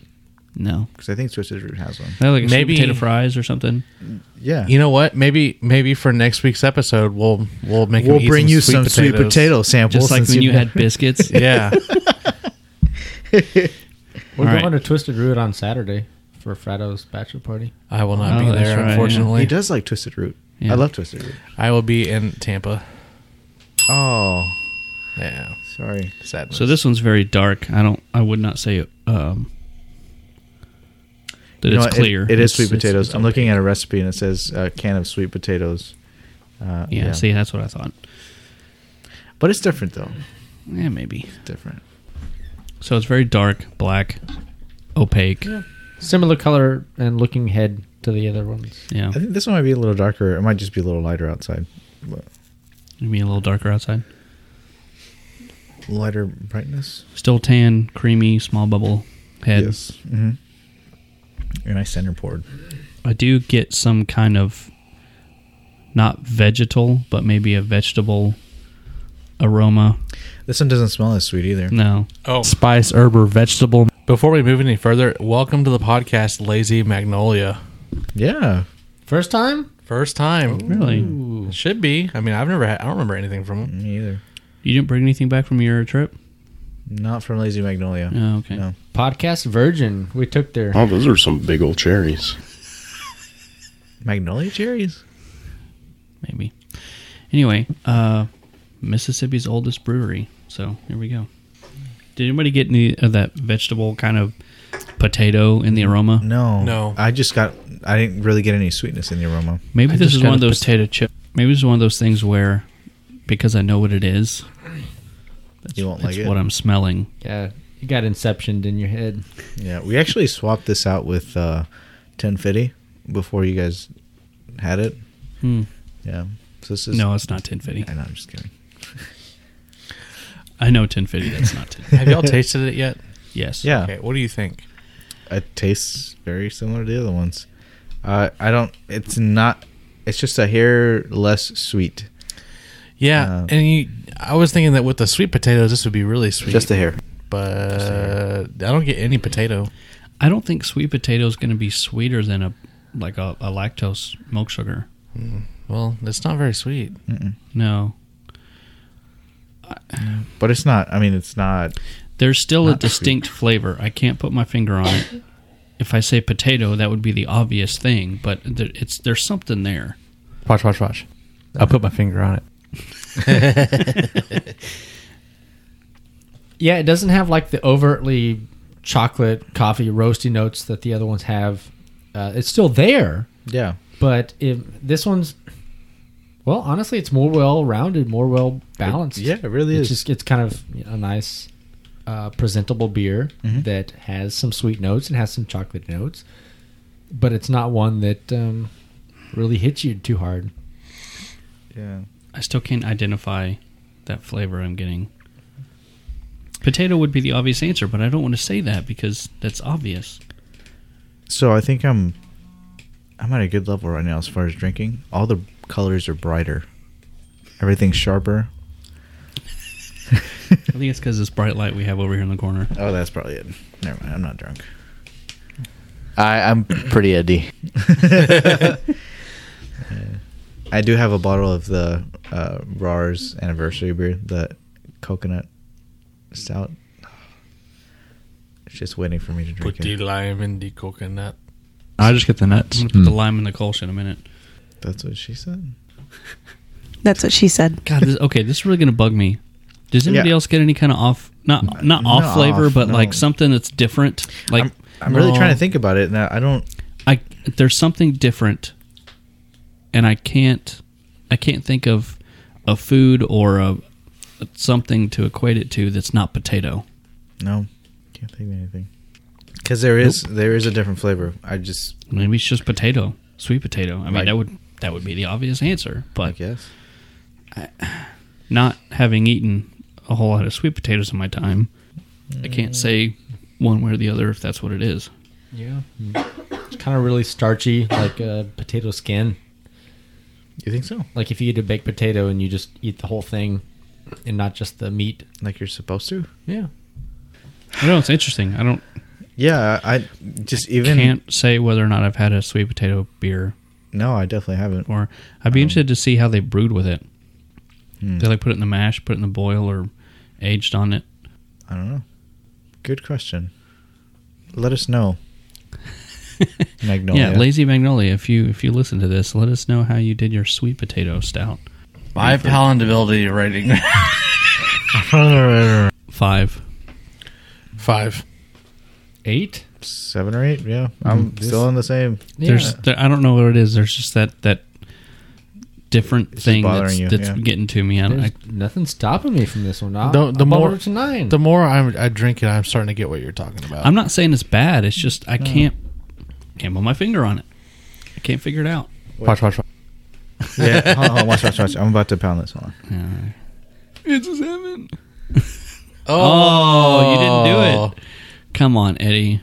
[SPEAKER 7] no,
[SPEAKER 4] Because I think Twisted Root has one.
[SPEAKER 7] they're like
[SPEAKER 2] Maybe-
[SPEAKER 7] sweet potato fries or something.
[SPEAKER 4] Yeah.
[SPEAKER 2] You know what? Maybe maybe for next week's episode, we'll we'll make him
[SPEAKER 4] we'll
[SPEAKER 2] eat
[SPEAKER 4] bring you
[SPEAKER 2] sweet
[SPEAKER 4] some sweet
[SPEAKER 2] potatoes.
[SPEAKER 4] potato samples.
[SPEAKER 7] Just like
[SPEAKER 4] since
[SPEAKER 7] when you
[SPEAKER 4] [laughs]
[SPEAKER 7] had biscuits.
[SPEAKER 2] Yeah,
[SPEAKER 3] We're
[SPEAKER 7] All
[SPEAKER 3] going to Twisted Root on Saturday. for Frato's bachelor party?
[SPEAKER 2] I will
[SPEAKER 4] [laughs]
[SPEAKER 2] not be there, unfortunately.
[SPEAKER 4] Oh, He does like Twisted Root.
[SPEAKER 2] Yeah.
[SPEAKER 4] I love Twisted Root.
[SPEAKER 2] I will be in Tampa.
[SPEAKER 4] Oh,
[SPEAKER 2] yeah.
[SPEAKER 4] Sorry,
[SPEAKER 2] sadness.
[SPEAKER 7] So this one's very dark. I don't. I would not say um, that
[SPEAKER 4] You know
[SPEAKER 7] it's
[SPEAKER 4] what? It-
[SPEAKER 7] clear.
[SPEAKER 4] it is
[SPEAKER 7] It's-
[SPEAKER 4] sweet
[SPEAKER 7] it's-
[SPEAKER 4] potatoes.
[SPEAKER 7] it's
[SPEAKER 4] I'm looking at a recipe and it says uh, can of sweet potatoes. Uh,
[SPEAKER 7] Yeah, see, that's what I thought.
[SPEAKER 4] But it's different though.
[SPEAKER 7] Yeah, maybe
[SPEAKER 4] different.
[SPEAKER 7] So it's very dark, black, opaque. Yeah.
[SPEAKER 3] Similar color and looking head to the other ones.
[SPEAKER 4] I think this one might be a little darker. It might just be a little lighter outside.
[SPEAKER 7] You mean a little darker outside?
[SPEAKER 4] Lighter brightness.
[SPEAKER 7] Still tan, creamy, small bubble head.
[SPEAKER 4] Yes. Mm-hmm. Your nice center poured.
[SPEAKER 7] I do get some kind of not vegetal, but maybe a vegetable aroma.
[SPEAKER 4] This one doesn't smell as sweet either.
[SPEAKER 7] No.
[SPEAKER 2] Oh.
[SPEAKER 7] Spice, herb, or vegetable.
[SPEAKER 2] Before we move any further, welcome to the podcast, Lazy Magnolia.
[SPEAKER 4] Yeah.
[SPEAKER 3] First time?
[SPEAKER 2] First time.
[SPEAKER 7] Really?
[SPEAKER 2] It Should be. I mean, I've never had, I don't remember anything from
[SPEAKER 4] [laughs]
[SPEAKER 2] them.
[SPEAKER 4] Me either.
[SPEAKER 7] You didn't bring anything back from your trip?
[SPEAKER 4] Not from Lazy Magnolia.
[SPEAKER 7] Oh, okay.
[SPEAKER 4] No.
[SPEAKER 3] Podcast Virgin. We took their
[SPEAKER 14] Oh, those are some big old cherries.
[SPEAKER 4] Magnolia cherries.
[SPEAKER 7] Maybe. Anyway, uh, Mississippi's oldest brewery. So here we go. Did anybody get any of that vegetable kind of potato in the aroma?
[SPEAKER 4] No. I just got. I didn't really get any sweetness in the aroma.
[SPEAKER 7] Maybe
[SPEAKER 13] I
[SPEAKER 7] this
[SPEAKER 13] just
[SPEAKER 7] is
[SPEAKER 13] got
[SPEAKER 7] one of
[SPEAKER 13] a
[SPEAKER 7] those
[SPEAKER 13] potato chip.
[SPEAKER 7] Maybe this is one of those things where because I know what it is, that's,
[SPEAKER 4] You won't
[SPEAKER 7] that's
[SPEAKER 4] like it.
[SPEAKER 7] what I'm smelling.
[SPEAKER 3] Yeah, you got inceptioned in your head.
[SPEAKER 4] Yeah, we actually swapped this out with uh, 1050 before you guys had it.
[SPEAKER 7] Hmm.
[SPEAKER 4] Yeah. So this is
[SPEAKER 7] No, it's not 1050.
[SPEAKER 4] I know, I'm just kidding.
[SPEAKER 7] I know 1050. That's not 1050.
[SPEAKER 2] Have
[SPEAKER 4] [laughs]
[SPEAKER 2] y'all tasted it yet?
[SPEAKER 7] Yes.
[SPEAKER 4] Yeah.
[SPEAKER 2] Okay, what do you think?
[SPEAKER 4] It tastes very similar to the other ones. Uh, I don't. It's not. It's just a hair less sweet.
[SPEAKER 2] Yeah,
[SPEAKER 4] Um,
[SPEAKER 2] and you, I was thinking that with the sweet potatoes, this would be really sweet.
[SPEAKER 4] Just a hair.
[SPEAKER 2] But I don't get any potato.
[SPEAKER 7] I don't think sweet potato is going to be sweeter than a like a, a lactose milk sugar.
[SPEAKER 2] Well, it's not very sweet.
[SPEAKER 4] Mm-mm.
[SPEAKER 7] No,
[SPEAKER 4] But it's not. I mean, it's not.
[SPEAKER 7] there's still a
[SPEAKER 4] Not sweet.
[SPEAKER 7] distinct flavor. I can't put my finger on it. If I say potato, that would be the obvious thing, but there, it's there's something there.
[SPEAKER 2] Watch, watch, watch. I'll put my finger on it.
[SPEAKER 3] Yeah, it doesn't have like the overtly chocolate, coffee, roasty notes that the other ones have. Uh, it's still there,
[SPEAKER 4] Yeah.
[SPEAKER 3] but if this one's, well, honestly, it's more well rounded, more well balanced.
[SPEAKER 4] yeah, it really
[SPEAKER 3] it's
[SPEAKER 4] is.
[SPEAKER 3] Just, it's kind of a nice, uh, presentable beer
[SPEAKER 4] Mm-hmm.
[SPEAKER 3] that has some sweet notes and has some chocolate notes, but it's not one that um, really hits you too hard.
[SPEAKER 4] Yeah.
[SPEAKER 7] I still can't identify that flavor I'm getting. Potato would be the obvious answer, but I don't want to say that because that's obvious.
[SPEAKER 4] So I think I'm. I'm at a good level right now as far as drinking. All the colors are brighter. Everything's sharper.
[SPEAKER 7] I think it's because this bright light we have over here in the corner.
[SPEAKER 4] Oh, that's probably it. Never mind. I'm not drunk.
[SPEAKER 6] I, I'm pretty eddy.
[SPEAKER 4] [laughs] I do have a bottle of the uh, RAR's anniversary beer, the coconut stout. It's just waiting for me to drink
[SPEAKER 2] Put
[SPEAKER 4] it.
[SPEAKER 2] the lime in the coconut.
[SPEAKER 13] I just get the nuts.
[SPEAKER 7] I'm gonna
[SPEAKER 3] Mm.
[SPEAKER 7] put the lime in the Kolsch in a minute.
[SPEAKER 4] That's what she said.
[SPEAKER 8] That's what she said.
[SPEAKER 7] God, this, okay, this is really gonna bug me. Does anybody
[SPEAKER 4] Yeah.
[SPEAKER 7] else get any kind of off not not off
[SPEAKER 4] No,
[SPEAKER 7] flavor,
[SPEAKER 4] off,
[SPEAKER 7] but
[SPEAKER 4] no.
[SPEAKER 7] like something that's different? Like
[SPEAKER 4] I'm really
[SPEAKER 7] No.
[SPEAKER 4] trying to think about it, and I I don't.
[SPEAKER 7] I there's something different, and I can't I can't think of a food or a something to equate it to that's not potato.
[SPEAKER 4] No, can't think of anything. Because there is there is a different flavor. I just
[SPEAKER 7] Maybe it's just potato, sweet potato. I mean,
[SPEAKER 4] Right.
[SPEAKER 7] that would that would be the obvious answer, but
[SPEAKER 4] guess
[SPEAKER 7] not having eaten a whole lot of sweet potatoes in my time, I can't say one way or the other if that's what it is.
[SPEAKER 3] Yeah, it's kind of really starchy, like a potato skin.
[SPEAKER 4] you think so,
[SPEAKER 3] Like if you eat a baked potato and you just eat the whole thing and not just the meat.
[SPEAKER 4] like you're supposed to.
[SPEAKER 3] Yeah.
[SPEAKER 7] I know it's interesting. I don't
[SPEAKER 4] Yeah, I just even
[SPEAKER 7] can't say whether or not I've had a sweet potato beer
[SPEAKER 4] no, I definitely haven't.
[SPEAKER 7] or I'd be
[SPEAKER 4] Um,
[SPEAKER 7] interested to see how they brewed with it.
[SPEAKER 4] hmm.
[SPEAKER 7] They like put it in the mash, put it in the boil, or aged on it. [laughs]
[SPEAKER 4] I don't know. Good question. Let us know. Magnolia.
[SPEAKER 7] Yeah, Lazy Magnolia. If you if you listen to this, let us know how you did your sweet potato stout.
[SPEAKER 10] My palatability rating.
[SPEAKER 7] Five.
[SPEAKER 2] Five.
[SPEAKER 3] Eight?
[SPEAKER 4] Seven or eight, yeah. I'm
[SPEAKER 7] This-
[SPEAKER 4] still in the same.
[SPEAKER 7] There's there, I don't know what it is. There's just that that different
[SPEAKER 4] just
[SPEAKER 7] thing
[SPEAKER 4] bothering
[SPEAKER 7] that's,
[SPEAKER 4] you,
[SPEAKER 7] that's
[SPEAKER 4] yeah.
[SPEAKER 7] getting to me. I, don't- I,
[SPEAKER 3] There's nothing stopping me from this one. I,
[SPEAKER 2] The, the more
[SPEAKER 3] to nine.
[SPEAKER 2] the more I'm, I drink it, I'm starting to get what you're talking about.
[SPEAKER 7] I'm not saying it's bad. It's just I can't can't put my finger on it. I can't figure it out.
[SPEAKER 2] Watch, watch, watch.
[SPEAKER 4] [laughs] Yeah, [laughs] hold on, hold on, watch, watch, watch. I'm about to pound this one.
[SPEAKER 7] It's a seven. Oh, you didn't do it. Come on, Eddie.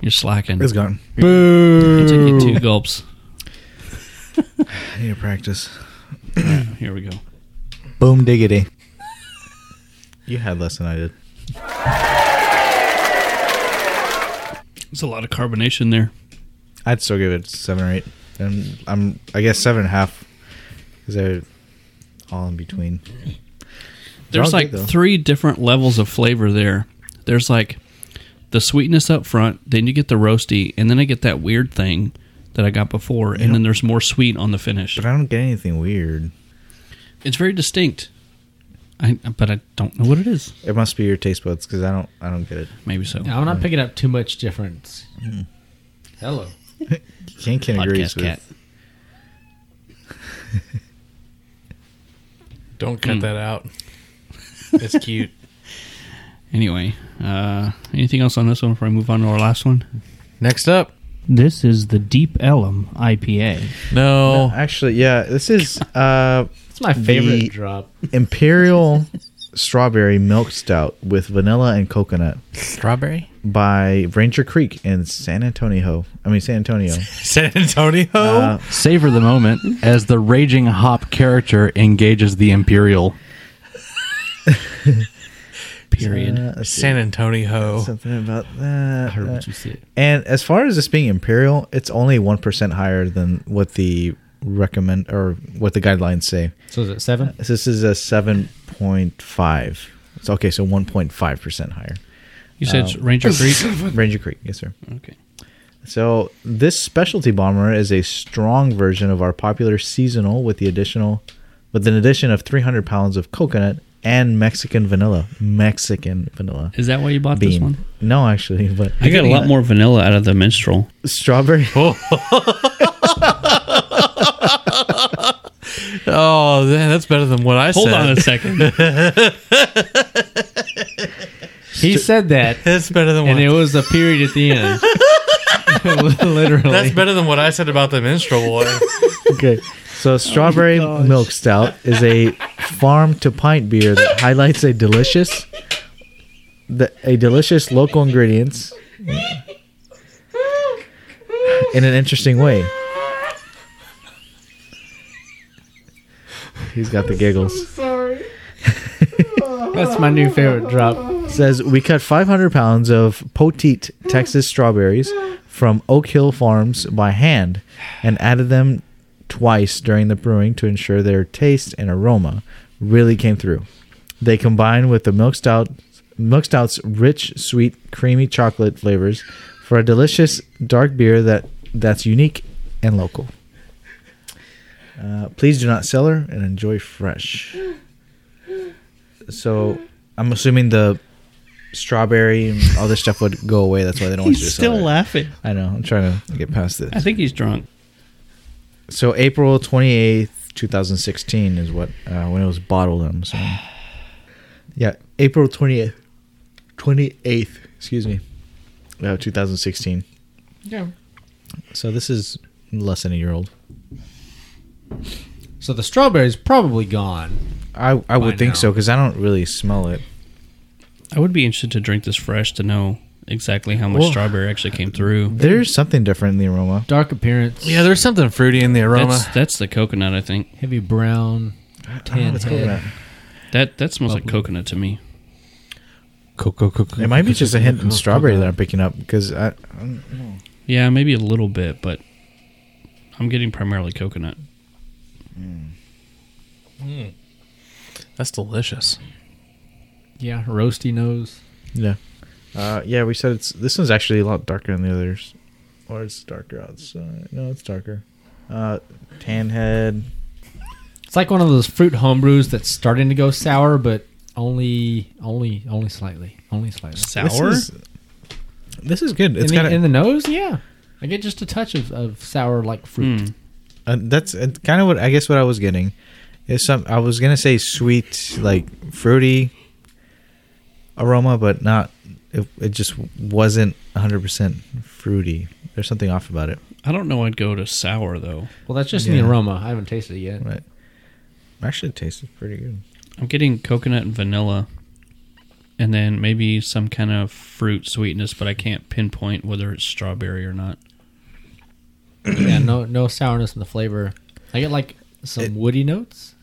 [SPEAKER 7] You're slacking.
[SPEAKER 4] It's gone.
[SPEAKER 7] It took you two gulps.
[SPEAKER 4] I need to practice.
[SPEAKER 7] Here we go.
[SPEAKER 6] Boom diggity.
[SPEAKER 4] You had less than I did.
[SPEAKER 7] There's a lot of carbonation there.
[SPEAKER 4] I'd still give it seven or eight, and I'm I guess seven and a half because I all in between. They're all
[SPEAKER 7] There's like
[SPEAKER 4] good, though.
[SPEAKER 7] three different levels of flavor there. There's like the sweetness up front, then you get the roasty, and then I get that weird thing that I got before, and then there's more sweet on the finish.
[SPEAKER 4] But I don't get anything weird.
[SPEAKER 7] It's very distinct. I but I don't know what it is.
[SPEAKER 4] It must be your taste buds because I don't I don't get it.
[SPEAKER 7] Maybe so.
[SPEAKER 3] Yeah, I'm not picking up too much difference. Hello.
[SPEAKER 4] Ken can agrees
[SPEAKER 7] Podcast
[SPEAKER 4] with.
[SPEAKER 7] cat.
[SPEAKER 2] Don't cut
[SPEAKER 7] Mm.
[SPEAKER 2] that [laughs] out. It's cute.
[SPEAKER 7] Anyway, uh, anything else on this one before I move on to our last one?
[SPEAKER 2] Next up,
[SPEAKER 13] This is the Deep Ellum IPA.
[SPEAKER 2] No,
[SPEAKER 4] actually, yeah, this is uh,
[SPEAKER 3] Oh. it's my favorite drop. [laughs]
[SPEAKER 4] Imperial strawberry milk stout with vanilla and coconut
[SPEAKER 2] strawberry
[SPEAKER 4] by Ranger Creek in San Antonio. I mean
[SPEAKER 3] [laughs]
[SPEAKER 4] San Antonio.
[SPEAKER 2] San Antonio.
[SPEAKER 6] Savor the moment as the raging hop character engages the imperial.
[SPEAKER 7] [laughs] Period.
[SPEAKER 4] Uh, let's see.
[SPEAKER 2] San Antonio.
[SPEAKER 4] Something about that.
[SPEAKER 3] I heard
[SPEAKER 4] that.
[SPEAKER 3] what you said.
[SPEAKER 4] And as far as this being imperial, it's only one percent higher than what the recommend or what the guidelines say.
[SPEAKER 3] So is it
[SPEAKER 4] [laughs]
[SPEAKER 3] seven?
[SPEAKER 4] This is a seven point five. It's okay, so one point five percent higher.
[SPEAKER 7] You said it's Ranger [laughs] Creek?
[SPEAKER 4] Ranger Creek, yes sir.
[SPEAKER 7] Okay.
[SPEAKER 4] So this specialty bomber is a strong version of our popular seasonal with the additional with an addition of 300 pounds of coconut and Mexican vanilla. Mexican vanilla.
[SPEAKER 7] Is that why you bought this
[SPEAKER 4] bean.
[SPEAKER 7] one?
[SPEAKER 4] No, actually, but
[SPEAKER 7] I got a
[SPEAKER 4] [laughs]
[SPEAKER 7] lot more vanilla out of the minstrel.
[SPEAKER 4] strawberry.
[SPEAKER 2] Oh, man, that's better than what I
[SPEAKER 7] Hold
[SPEAKER 2] said.
[SPEAKER 7] on a [laughs] second.
[SPEAKER 3] He said that,
[SPEAKER 2] That's better than
[SPEAKER 3] and
[SPEAKER 2] what.
[SPEAKER 3] it was a period at the
[SPEAKER 2] [laughs]
[SPEAKER 3] end. Literally.
[SPEAKER 2] That's better than what I said about the minstrel boy.
[SPEAKER 4] Okay. So, strawberry milk stout is a farm to pint beer that highlights a delicious, the, a delicious local ingredients in an interesting way. He's got the giggles.
[SPEAKER 9] Sorry.
[SPEAKER 3] That's my new favorite drop.
[SPEAKER 4] says we cut 500 pounds of poteet Texas strawberries from Oak Hill Farms by hand and added them twice during the brewing to ensure their taste and aroma really came through. They combine with the milk stout milk stout's rich, sweet, creamy chocolate flavors for a delicious dark beer that that's unique and local. Uh, please do not cellar and enjoy fresh. So I'm assuming the strawberry and all this stuff would go away. That's why they don't want you
[SPEAKER 7] He's
[SPEAKER 4] to
[SPEAKER 7] still
[SPEAKER 6] uh,
[SPEAKER 4] cellar it.
[SPEAKER 7] laughing.
[SPEAKER 4] I know. I'm trying to get past
[SPEAKER 7] I
[SPEAKER 4] this.
[SPEAKER 7] think he's drunk.
[SPEAKER 4] So April 28th, 2016 is what uh, when it was bottled.
[SPEAKER 3] [sighs]
[SPEAKER 4] I'm assuming. Yeah, April 28th, 28th. Excuse me. Uh, 2016.
[SPEAKER 3] Yeah.
[SPEAKER 4] So this is less than a year old.
[SPEAKER 3] So the strawberry's probably gone.
[SPEAKER 4] I I would
[SPEAKER 3] By
[SPEAKER 4] think
[SPEAKER 3] now.
[SPEAKER 4] so because I don't really smell it.
[SPEAKER 7] I would be interested to drink this fresh to know exactly how much
[SPEAKER 13] Oh.
[SPEAKER 4] Well,
[SPEAKER 7] strawberry actually came through.
[SPEAKER 4] There's something different in the aroma.
[SPEAKER 3] Dark appearance.
[SPEAKER 2] [laughs] yeah, there's something fruity in the aroma.
[SPEAKER 7] That's that's the coconut, I think.
[SPEAKER 3] Heavy brown. Tan
[SPEAKER 4] it's
[SPEAKER 3] head.
[SPEAKER 4] coconut.
[SPEAKER 7] That that smells
[SPEAKER 13] Oh.
[SPEAKER 7] like
[SPEAKER 3] Lovely.
[SPEAKER 7] coconut to me.
[SPEAKER 2] Cocoa, cocoa.
[SPEAKER 4] It might be just a hint in strawberry that I'm picking up because I, I don't know.
[SPEAKER 7] Yeah, maybe a little bit, but I'm getting primarily coconut.
[SPEAKER 2] That's delicious.
[SPEAKER 3] Yeah, roasty nose.
[SPEAKER 4] Yeah. Uh, yeah, we said it's this one's actually a lot darker than the others. or it's darker outside. No, it's darker. Uh, Tanhead.
[SPEAKER 3] It's like one of those fruit home brews that's starting to go sour, but only, only, only slightly, only slightly
[SPEAKER 4] Sour? This is- This is good. It's
[SPEAKER 3] in,
[SPEAKER 4] kind
[SPEAKER 3] the, in
[SPEAKER 4] of
[SPEAKER 3] the nose. Yeah, I get just a touch of, of sour like fruit.
[SPEAKER 4] uh, that's uh, kind of what I guess what I was getting. Is some I was gonna say sweet, like fruity aroma, but not. It, it just wasn't 100 percent fruity. There's something off about it.
[SPEAKER 7] I don't know. I'd go to sour though.
[SPEAKER 3] Well, that's just
[SPEAKER 4] Yeah.
[SPEAKER 3] the aroma. I haven't tasted it yet.
[SPEAKER 4] Right. Actually, it tasted pretty good.
[SPEAKER 7] I'm getting coconut and vanilla, and then maybe some kind of fruit sweetness, but I can't pinpoint whether it's strawberry or not.
[SPEAKER 3] yeah, no, no sourness in the flavor. I get like some woody notes.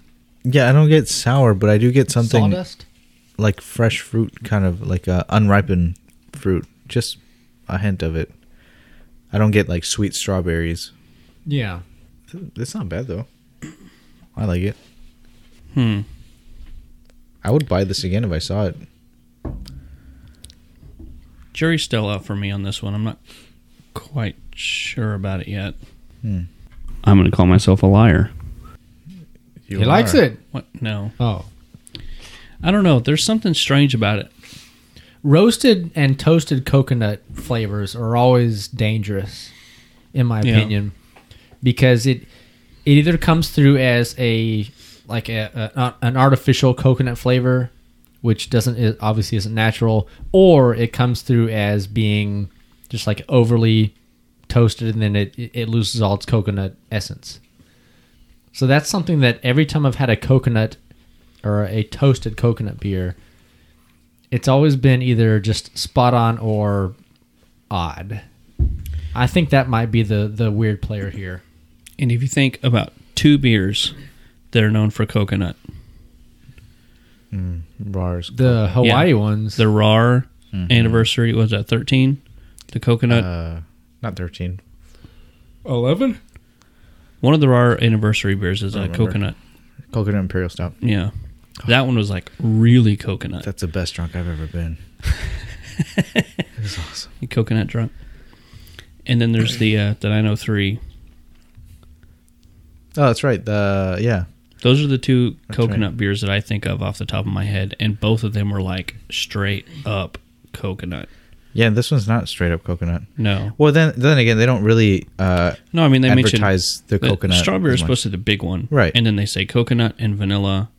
[SPEAKER 4] Yeah, I don't get sour, but I do get something
[SPEAKER 3] Sawdust?
[SPEAKER 4] like fresh fruit, kind of like uh, unripened fruit, just a hint of it. I don't get like sweet strawberries.
[SPEAKER 3] Yeah.
[SPEAKER 4] It's not bad though. I like it.
[SPEAKER 7] Hmm.
[SPEAKER 4] I would buy this again if I saw it.
[SPEAKER 7] Jury's still out for me on this one. I'm not quite sure about it yet.
[SPEAKER 4] Hmm.
[SPEAKER 7] I'm going to call myself a liar.
[SPEAKER 3] He likes it.
[SPEAKER 7] What? No.
[SPEAKER 3] Oh,
[SPEAKER 7] I don't know. There's something strange about it.
[SPEAKER 3] roasted and toasted coconut flavors are always dangerous, in my
[SPEAKER 7] Yeah.
[SPEAKER 3] opinion, because it it either comes through as a like a, a an artificial coconut flavor, which doesn't it obviously isn't natural, or it comes through as being just like overly toasted and then it it loses all its coconut essence. So that's something that every time I've had a coconut or a toasted coconut beer, it's always been either just spot on or odd. I think that might be the the weird player here.
[SPEAKER 7] And if you think about two beers that are known for coconut,
[SPEAKER 4] Bars.
[SPEAKER 3] The Hawaii
[SPEAKER 7] Yeah.
[SPEAKER 3] ones.
[SPEAKER 7] the RAR
[SPEAKER 4] Mhm.
[SPEAKER 7] anniversary was at 13. The coconut,
[SPEAKER 4] Uh, not 13.
[SPEAKER 7] 11. One of the RAR anniversary beers is
[SPEAKER 4] I
[SPEAKER 7] a
[SPEAKER 4] remember.
[SPEAKER 7] coconut.
[SPEAKER 4] Coconut Imperial Stout.
[SPEAKER 7] Yeah. That one was like really coconut.
[SPEAKER 4] That's the best drunk I've ever been. That's awesome.
[SPEAKER 7] coconut drunk. And then there's the uh, the 903.
[SPEAKER 4] Oh, that's right. The yeah.
[SPEAKER 7] Those are the two
[SPEAKER 4] That's
[SPEAKER 7] coconut beers that I think of off the top of my head, and both of them were like straight up coconut.
[SPEAKER 4] Yeah, this one's not straight up coconut.
[SPEAKER 7] No.
[SPEAKER 4] Well, then then again, they don't really. Uh,
[SPEAKER 7] No, I mean they mentioned
[SPEAKER 4] advertise the
[SPEAKER 7] that
[SPEAKER 4] coconut.
[SPEAKER 7] Strawberry
[SPEAKER 4] as
[SPEAKER 7] is
[SPEAKER 4] much.
[SPEAKER 7] supposed to be the big one,
[SPEAKER 4] Right.
[SPEAKER 7] And then they say coconut and vanilla.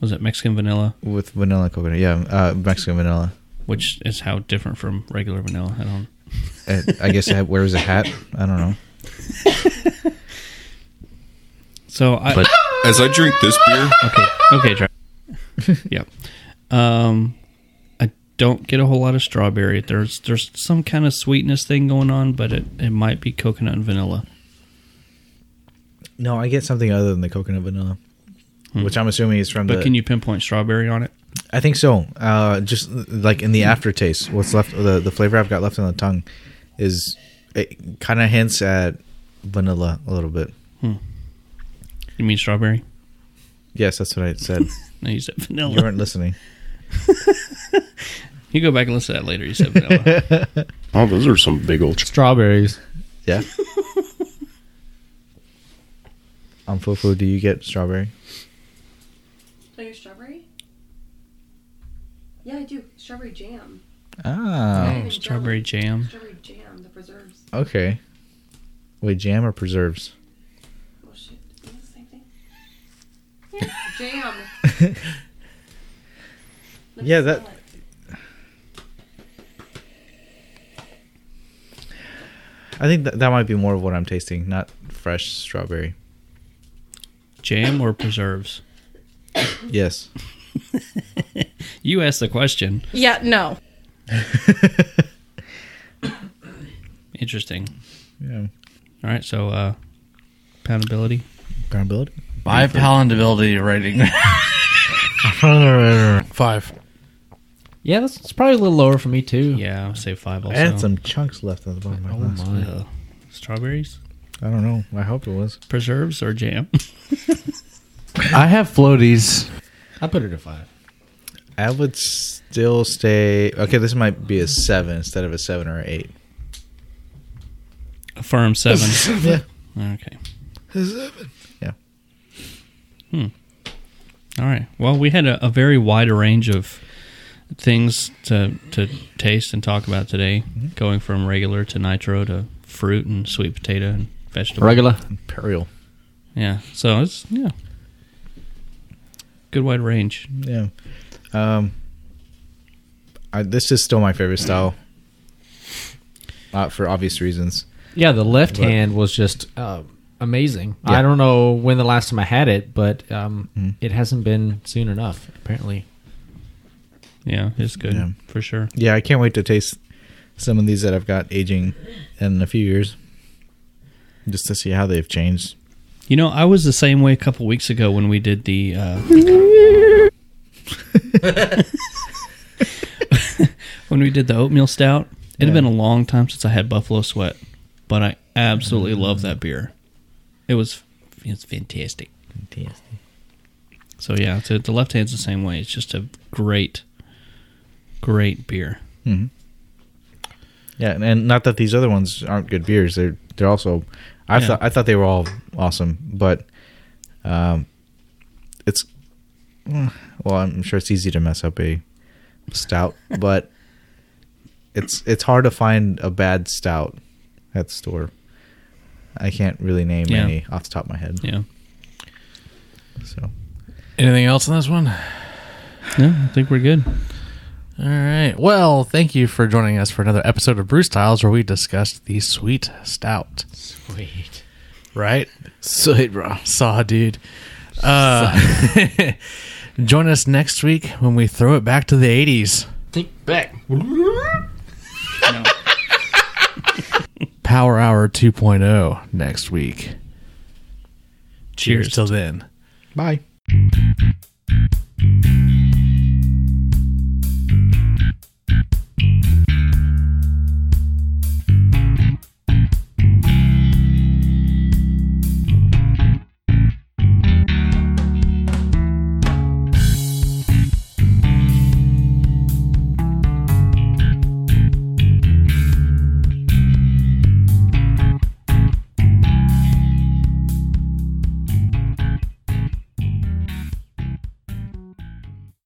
[SPEAKER 7] Was it Mexican vanilla,
[SPEAKER 4] with vanilla coconut. Yeah, uh, Mexican vanilla.
[SPEAKER 7] which is how different from regular vanilla? I don't.
[SPEAKER 4] It, Uh, I guess it wears a hat. I don't know.
[SPEAKER 7] So I
[SPEAKER 15] But- As I drink this beer,
[SPEAKER 7] okay, okay, try. yeah, um, I don't get a whole lot of strawberry. There's there's some kind of sweetness thing going on, but it, it might be coconut and vanilla.
[SPEAKER 4] No, I get something other than the coconut vanilla, which I'm assuming is from
[SPEAKER 7] Hmm. But
[SPEAKER 4] the.
[SPEAKER 7] can you pinpoint strawberry on it?
[SPEAKER 4] I think so. Uh, just like in the aftertaste, what's left, the, the flavor I've got left on the tongue is. It kind of hints at vanilla a little bit.
[SPEAKER 7] You mean strawberry?
[SPEAKER 4] Yes, that's what I said.
[SPEAKER 7] No, you said [laughs] vanilla.
[SPEAKER 4] You weren't listening.
[SPEAKER 7] You go back and listen to that later. You said
[SPEAKER 4] [laughs]
[SPEAKER 7] vanilla. [laughs]
[SPEAKER 14] Oh, those are some big old.
[SPEAKER 3] Strawberries.
[SPEAKER 4] Yeah. On Fufu, do you get strawberry?
[SPEAKER 16] Oh, your strawberry? Yeah, I do. Strawberry jam.
[SPEAKER 4] Ah.
[SPEAKER 16] Not even
[SPEAKER 7] strawberry jam.
[SPEAKER 16] Strawberry jam, the preserves.
[SPEAKER 4] Okay. Wait, jam or preserves?
[SPEAKER 16] Oh, shit. Is it the same thing? Yeah, jam. Let me
[SPEAKER 4] Yeah, that-
[SPEAKER 16] smell it.
[SPEAKER 4] I think that, that might be more of what I'm tasting, not fresh strawberry.
[SPEAKER 7] Jam or preserves?
[SPEAKER 4] Yes.
[SPEAKER 7] You asked the question.
[SPEAKER 8] Yeah, no.
[SPEAKER 7] Interesting.
[SPEAKER 4] Yeah.
[SPEAKER 7] All right, so uh, poundability.
[SPEAKER 4] Groundability?
[SPEAKER 10] My palatability rating.
[SPEAKER 2] Five.
[SPEAKER 3] Yeah, that's it's probably a little lower for me too.
[SPEAKER 7] Yeah, I'll say five also.
[SPEAKER 4] I had some chunks left at the bottom of my glass.
[SPEAKER 7] Uh, strawberries,
[SPEAKER 4] I don't know. I hope it was.
[SPEAKER 7] preserves, or jam. [laughs]
[SPEAKER 6] I have floaties.
[SPEAKER 3] I put it at five.
[SPEAKER 4] I would [laughs] still stay. Okay, this might be a seven instead of a seven or an eight.
[SPEAKER 7] A firm seven.
[SPEAKER 4] [laughs]
[SPEAKER 2] Seven.
[SPEAKER 7] Okay.
[SPEAKER 2] Seven.
[SPEAKER 4] Yeah.
[SPEAKER 7] Hmm. All right. Well, we had a, a very wide range of things to to taste and talk about today, going from regular to nitro to fruit and sweet potato and vegetable.
[SPEAKER 3] Regular.
[SPEAKER 4] Imperial.
[SPEAKER 7] Yeah. So it's yeah. Good wide range.
[SPEAKER 4] Yeah. Um, I, this is still my favorite style, uh, for obvious reasons.
[SPEAKER 3] Yeah, the left
[SPEAKER 4] But-
[SPEAKER 3] hand was just uh, amazing.
[SPEAKER 4] Yeah.
[SPEAKER 3] I don't know when the last time I had it, but um, it hasn't been soon enough. Apparently,
[SPEAKER 7] Yeah, it's good
[SPEAKER 4] Yeah.
[SPEAKER 7] for sure.
[SPEAKER 4] Yeah, I can't wait to taste some of these that I've got aging in a few years, just to see how they've changed.
[SPEAKER 7] You know, I was the same way a couple weeks ago when we did the. Uh, [laughs] when we did the oatmeal stout, it had
[SPEAKER 4] Yeah.
[SPEAKER 7] been a long time since I had Buffalo Sweat, but I absolutely
[SPEAKER 4] Mm.
[SPEAKER 7] love that beer. It was it's fantastic.
[SPEAKER 4] Fantastic.
[SPEAKER 7] So yeah, so the left hand's the same way. It's just a great, great beer.
[SPEAKER 4] hmm Yeah, and, and not that these other ones aren't good beers. They're they're also, I
[SPEAKER 7] Yeah.
[SPEAKER 4] thought I thought they were all awesome, but um, it's mm, well, I'm sure it's easy to mess up a stout, but it's it's hard to find a bad stout at the store. I can't really name
[SPEAKER 7] Yeah.
[SPEAKER 4] any off the top of my head.
[SPEAKER 7] Yeah.
[SPEAKER 4] So
[SPEAKER 2] Anything else on this one?
[SPEAKER 7] No, I think we're good.
[SPEAKER 2] All right. Well, thank you for joining us for another episode of Brew Styles, where we discussed the sweet stout.
[SPEAKER 3] Sweet.
[SPEAKER 2] Right?
[SPEAKER 4] Sweet, bro.
[SPEAKER 2] Saw, dude. Uh, [laughs] join us next week when we throw it back to the 80s.
[SPEAKER 12] Think back.
[SPEAKER 2] Power Hour 2.0 next week. Cheers till then.
[SPEAKER 4] bye.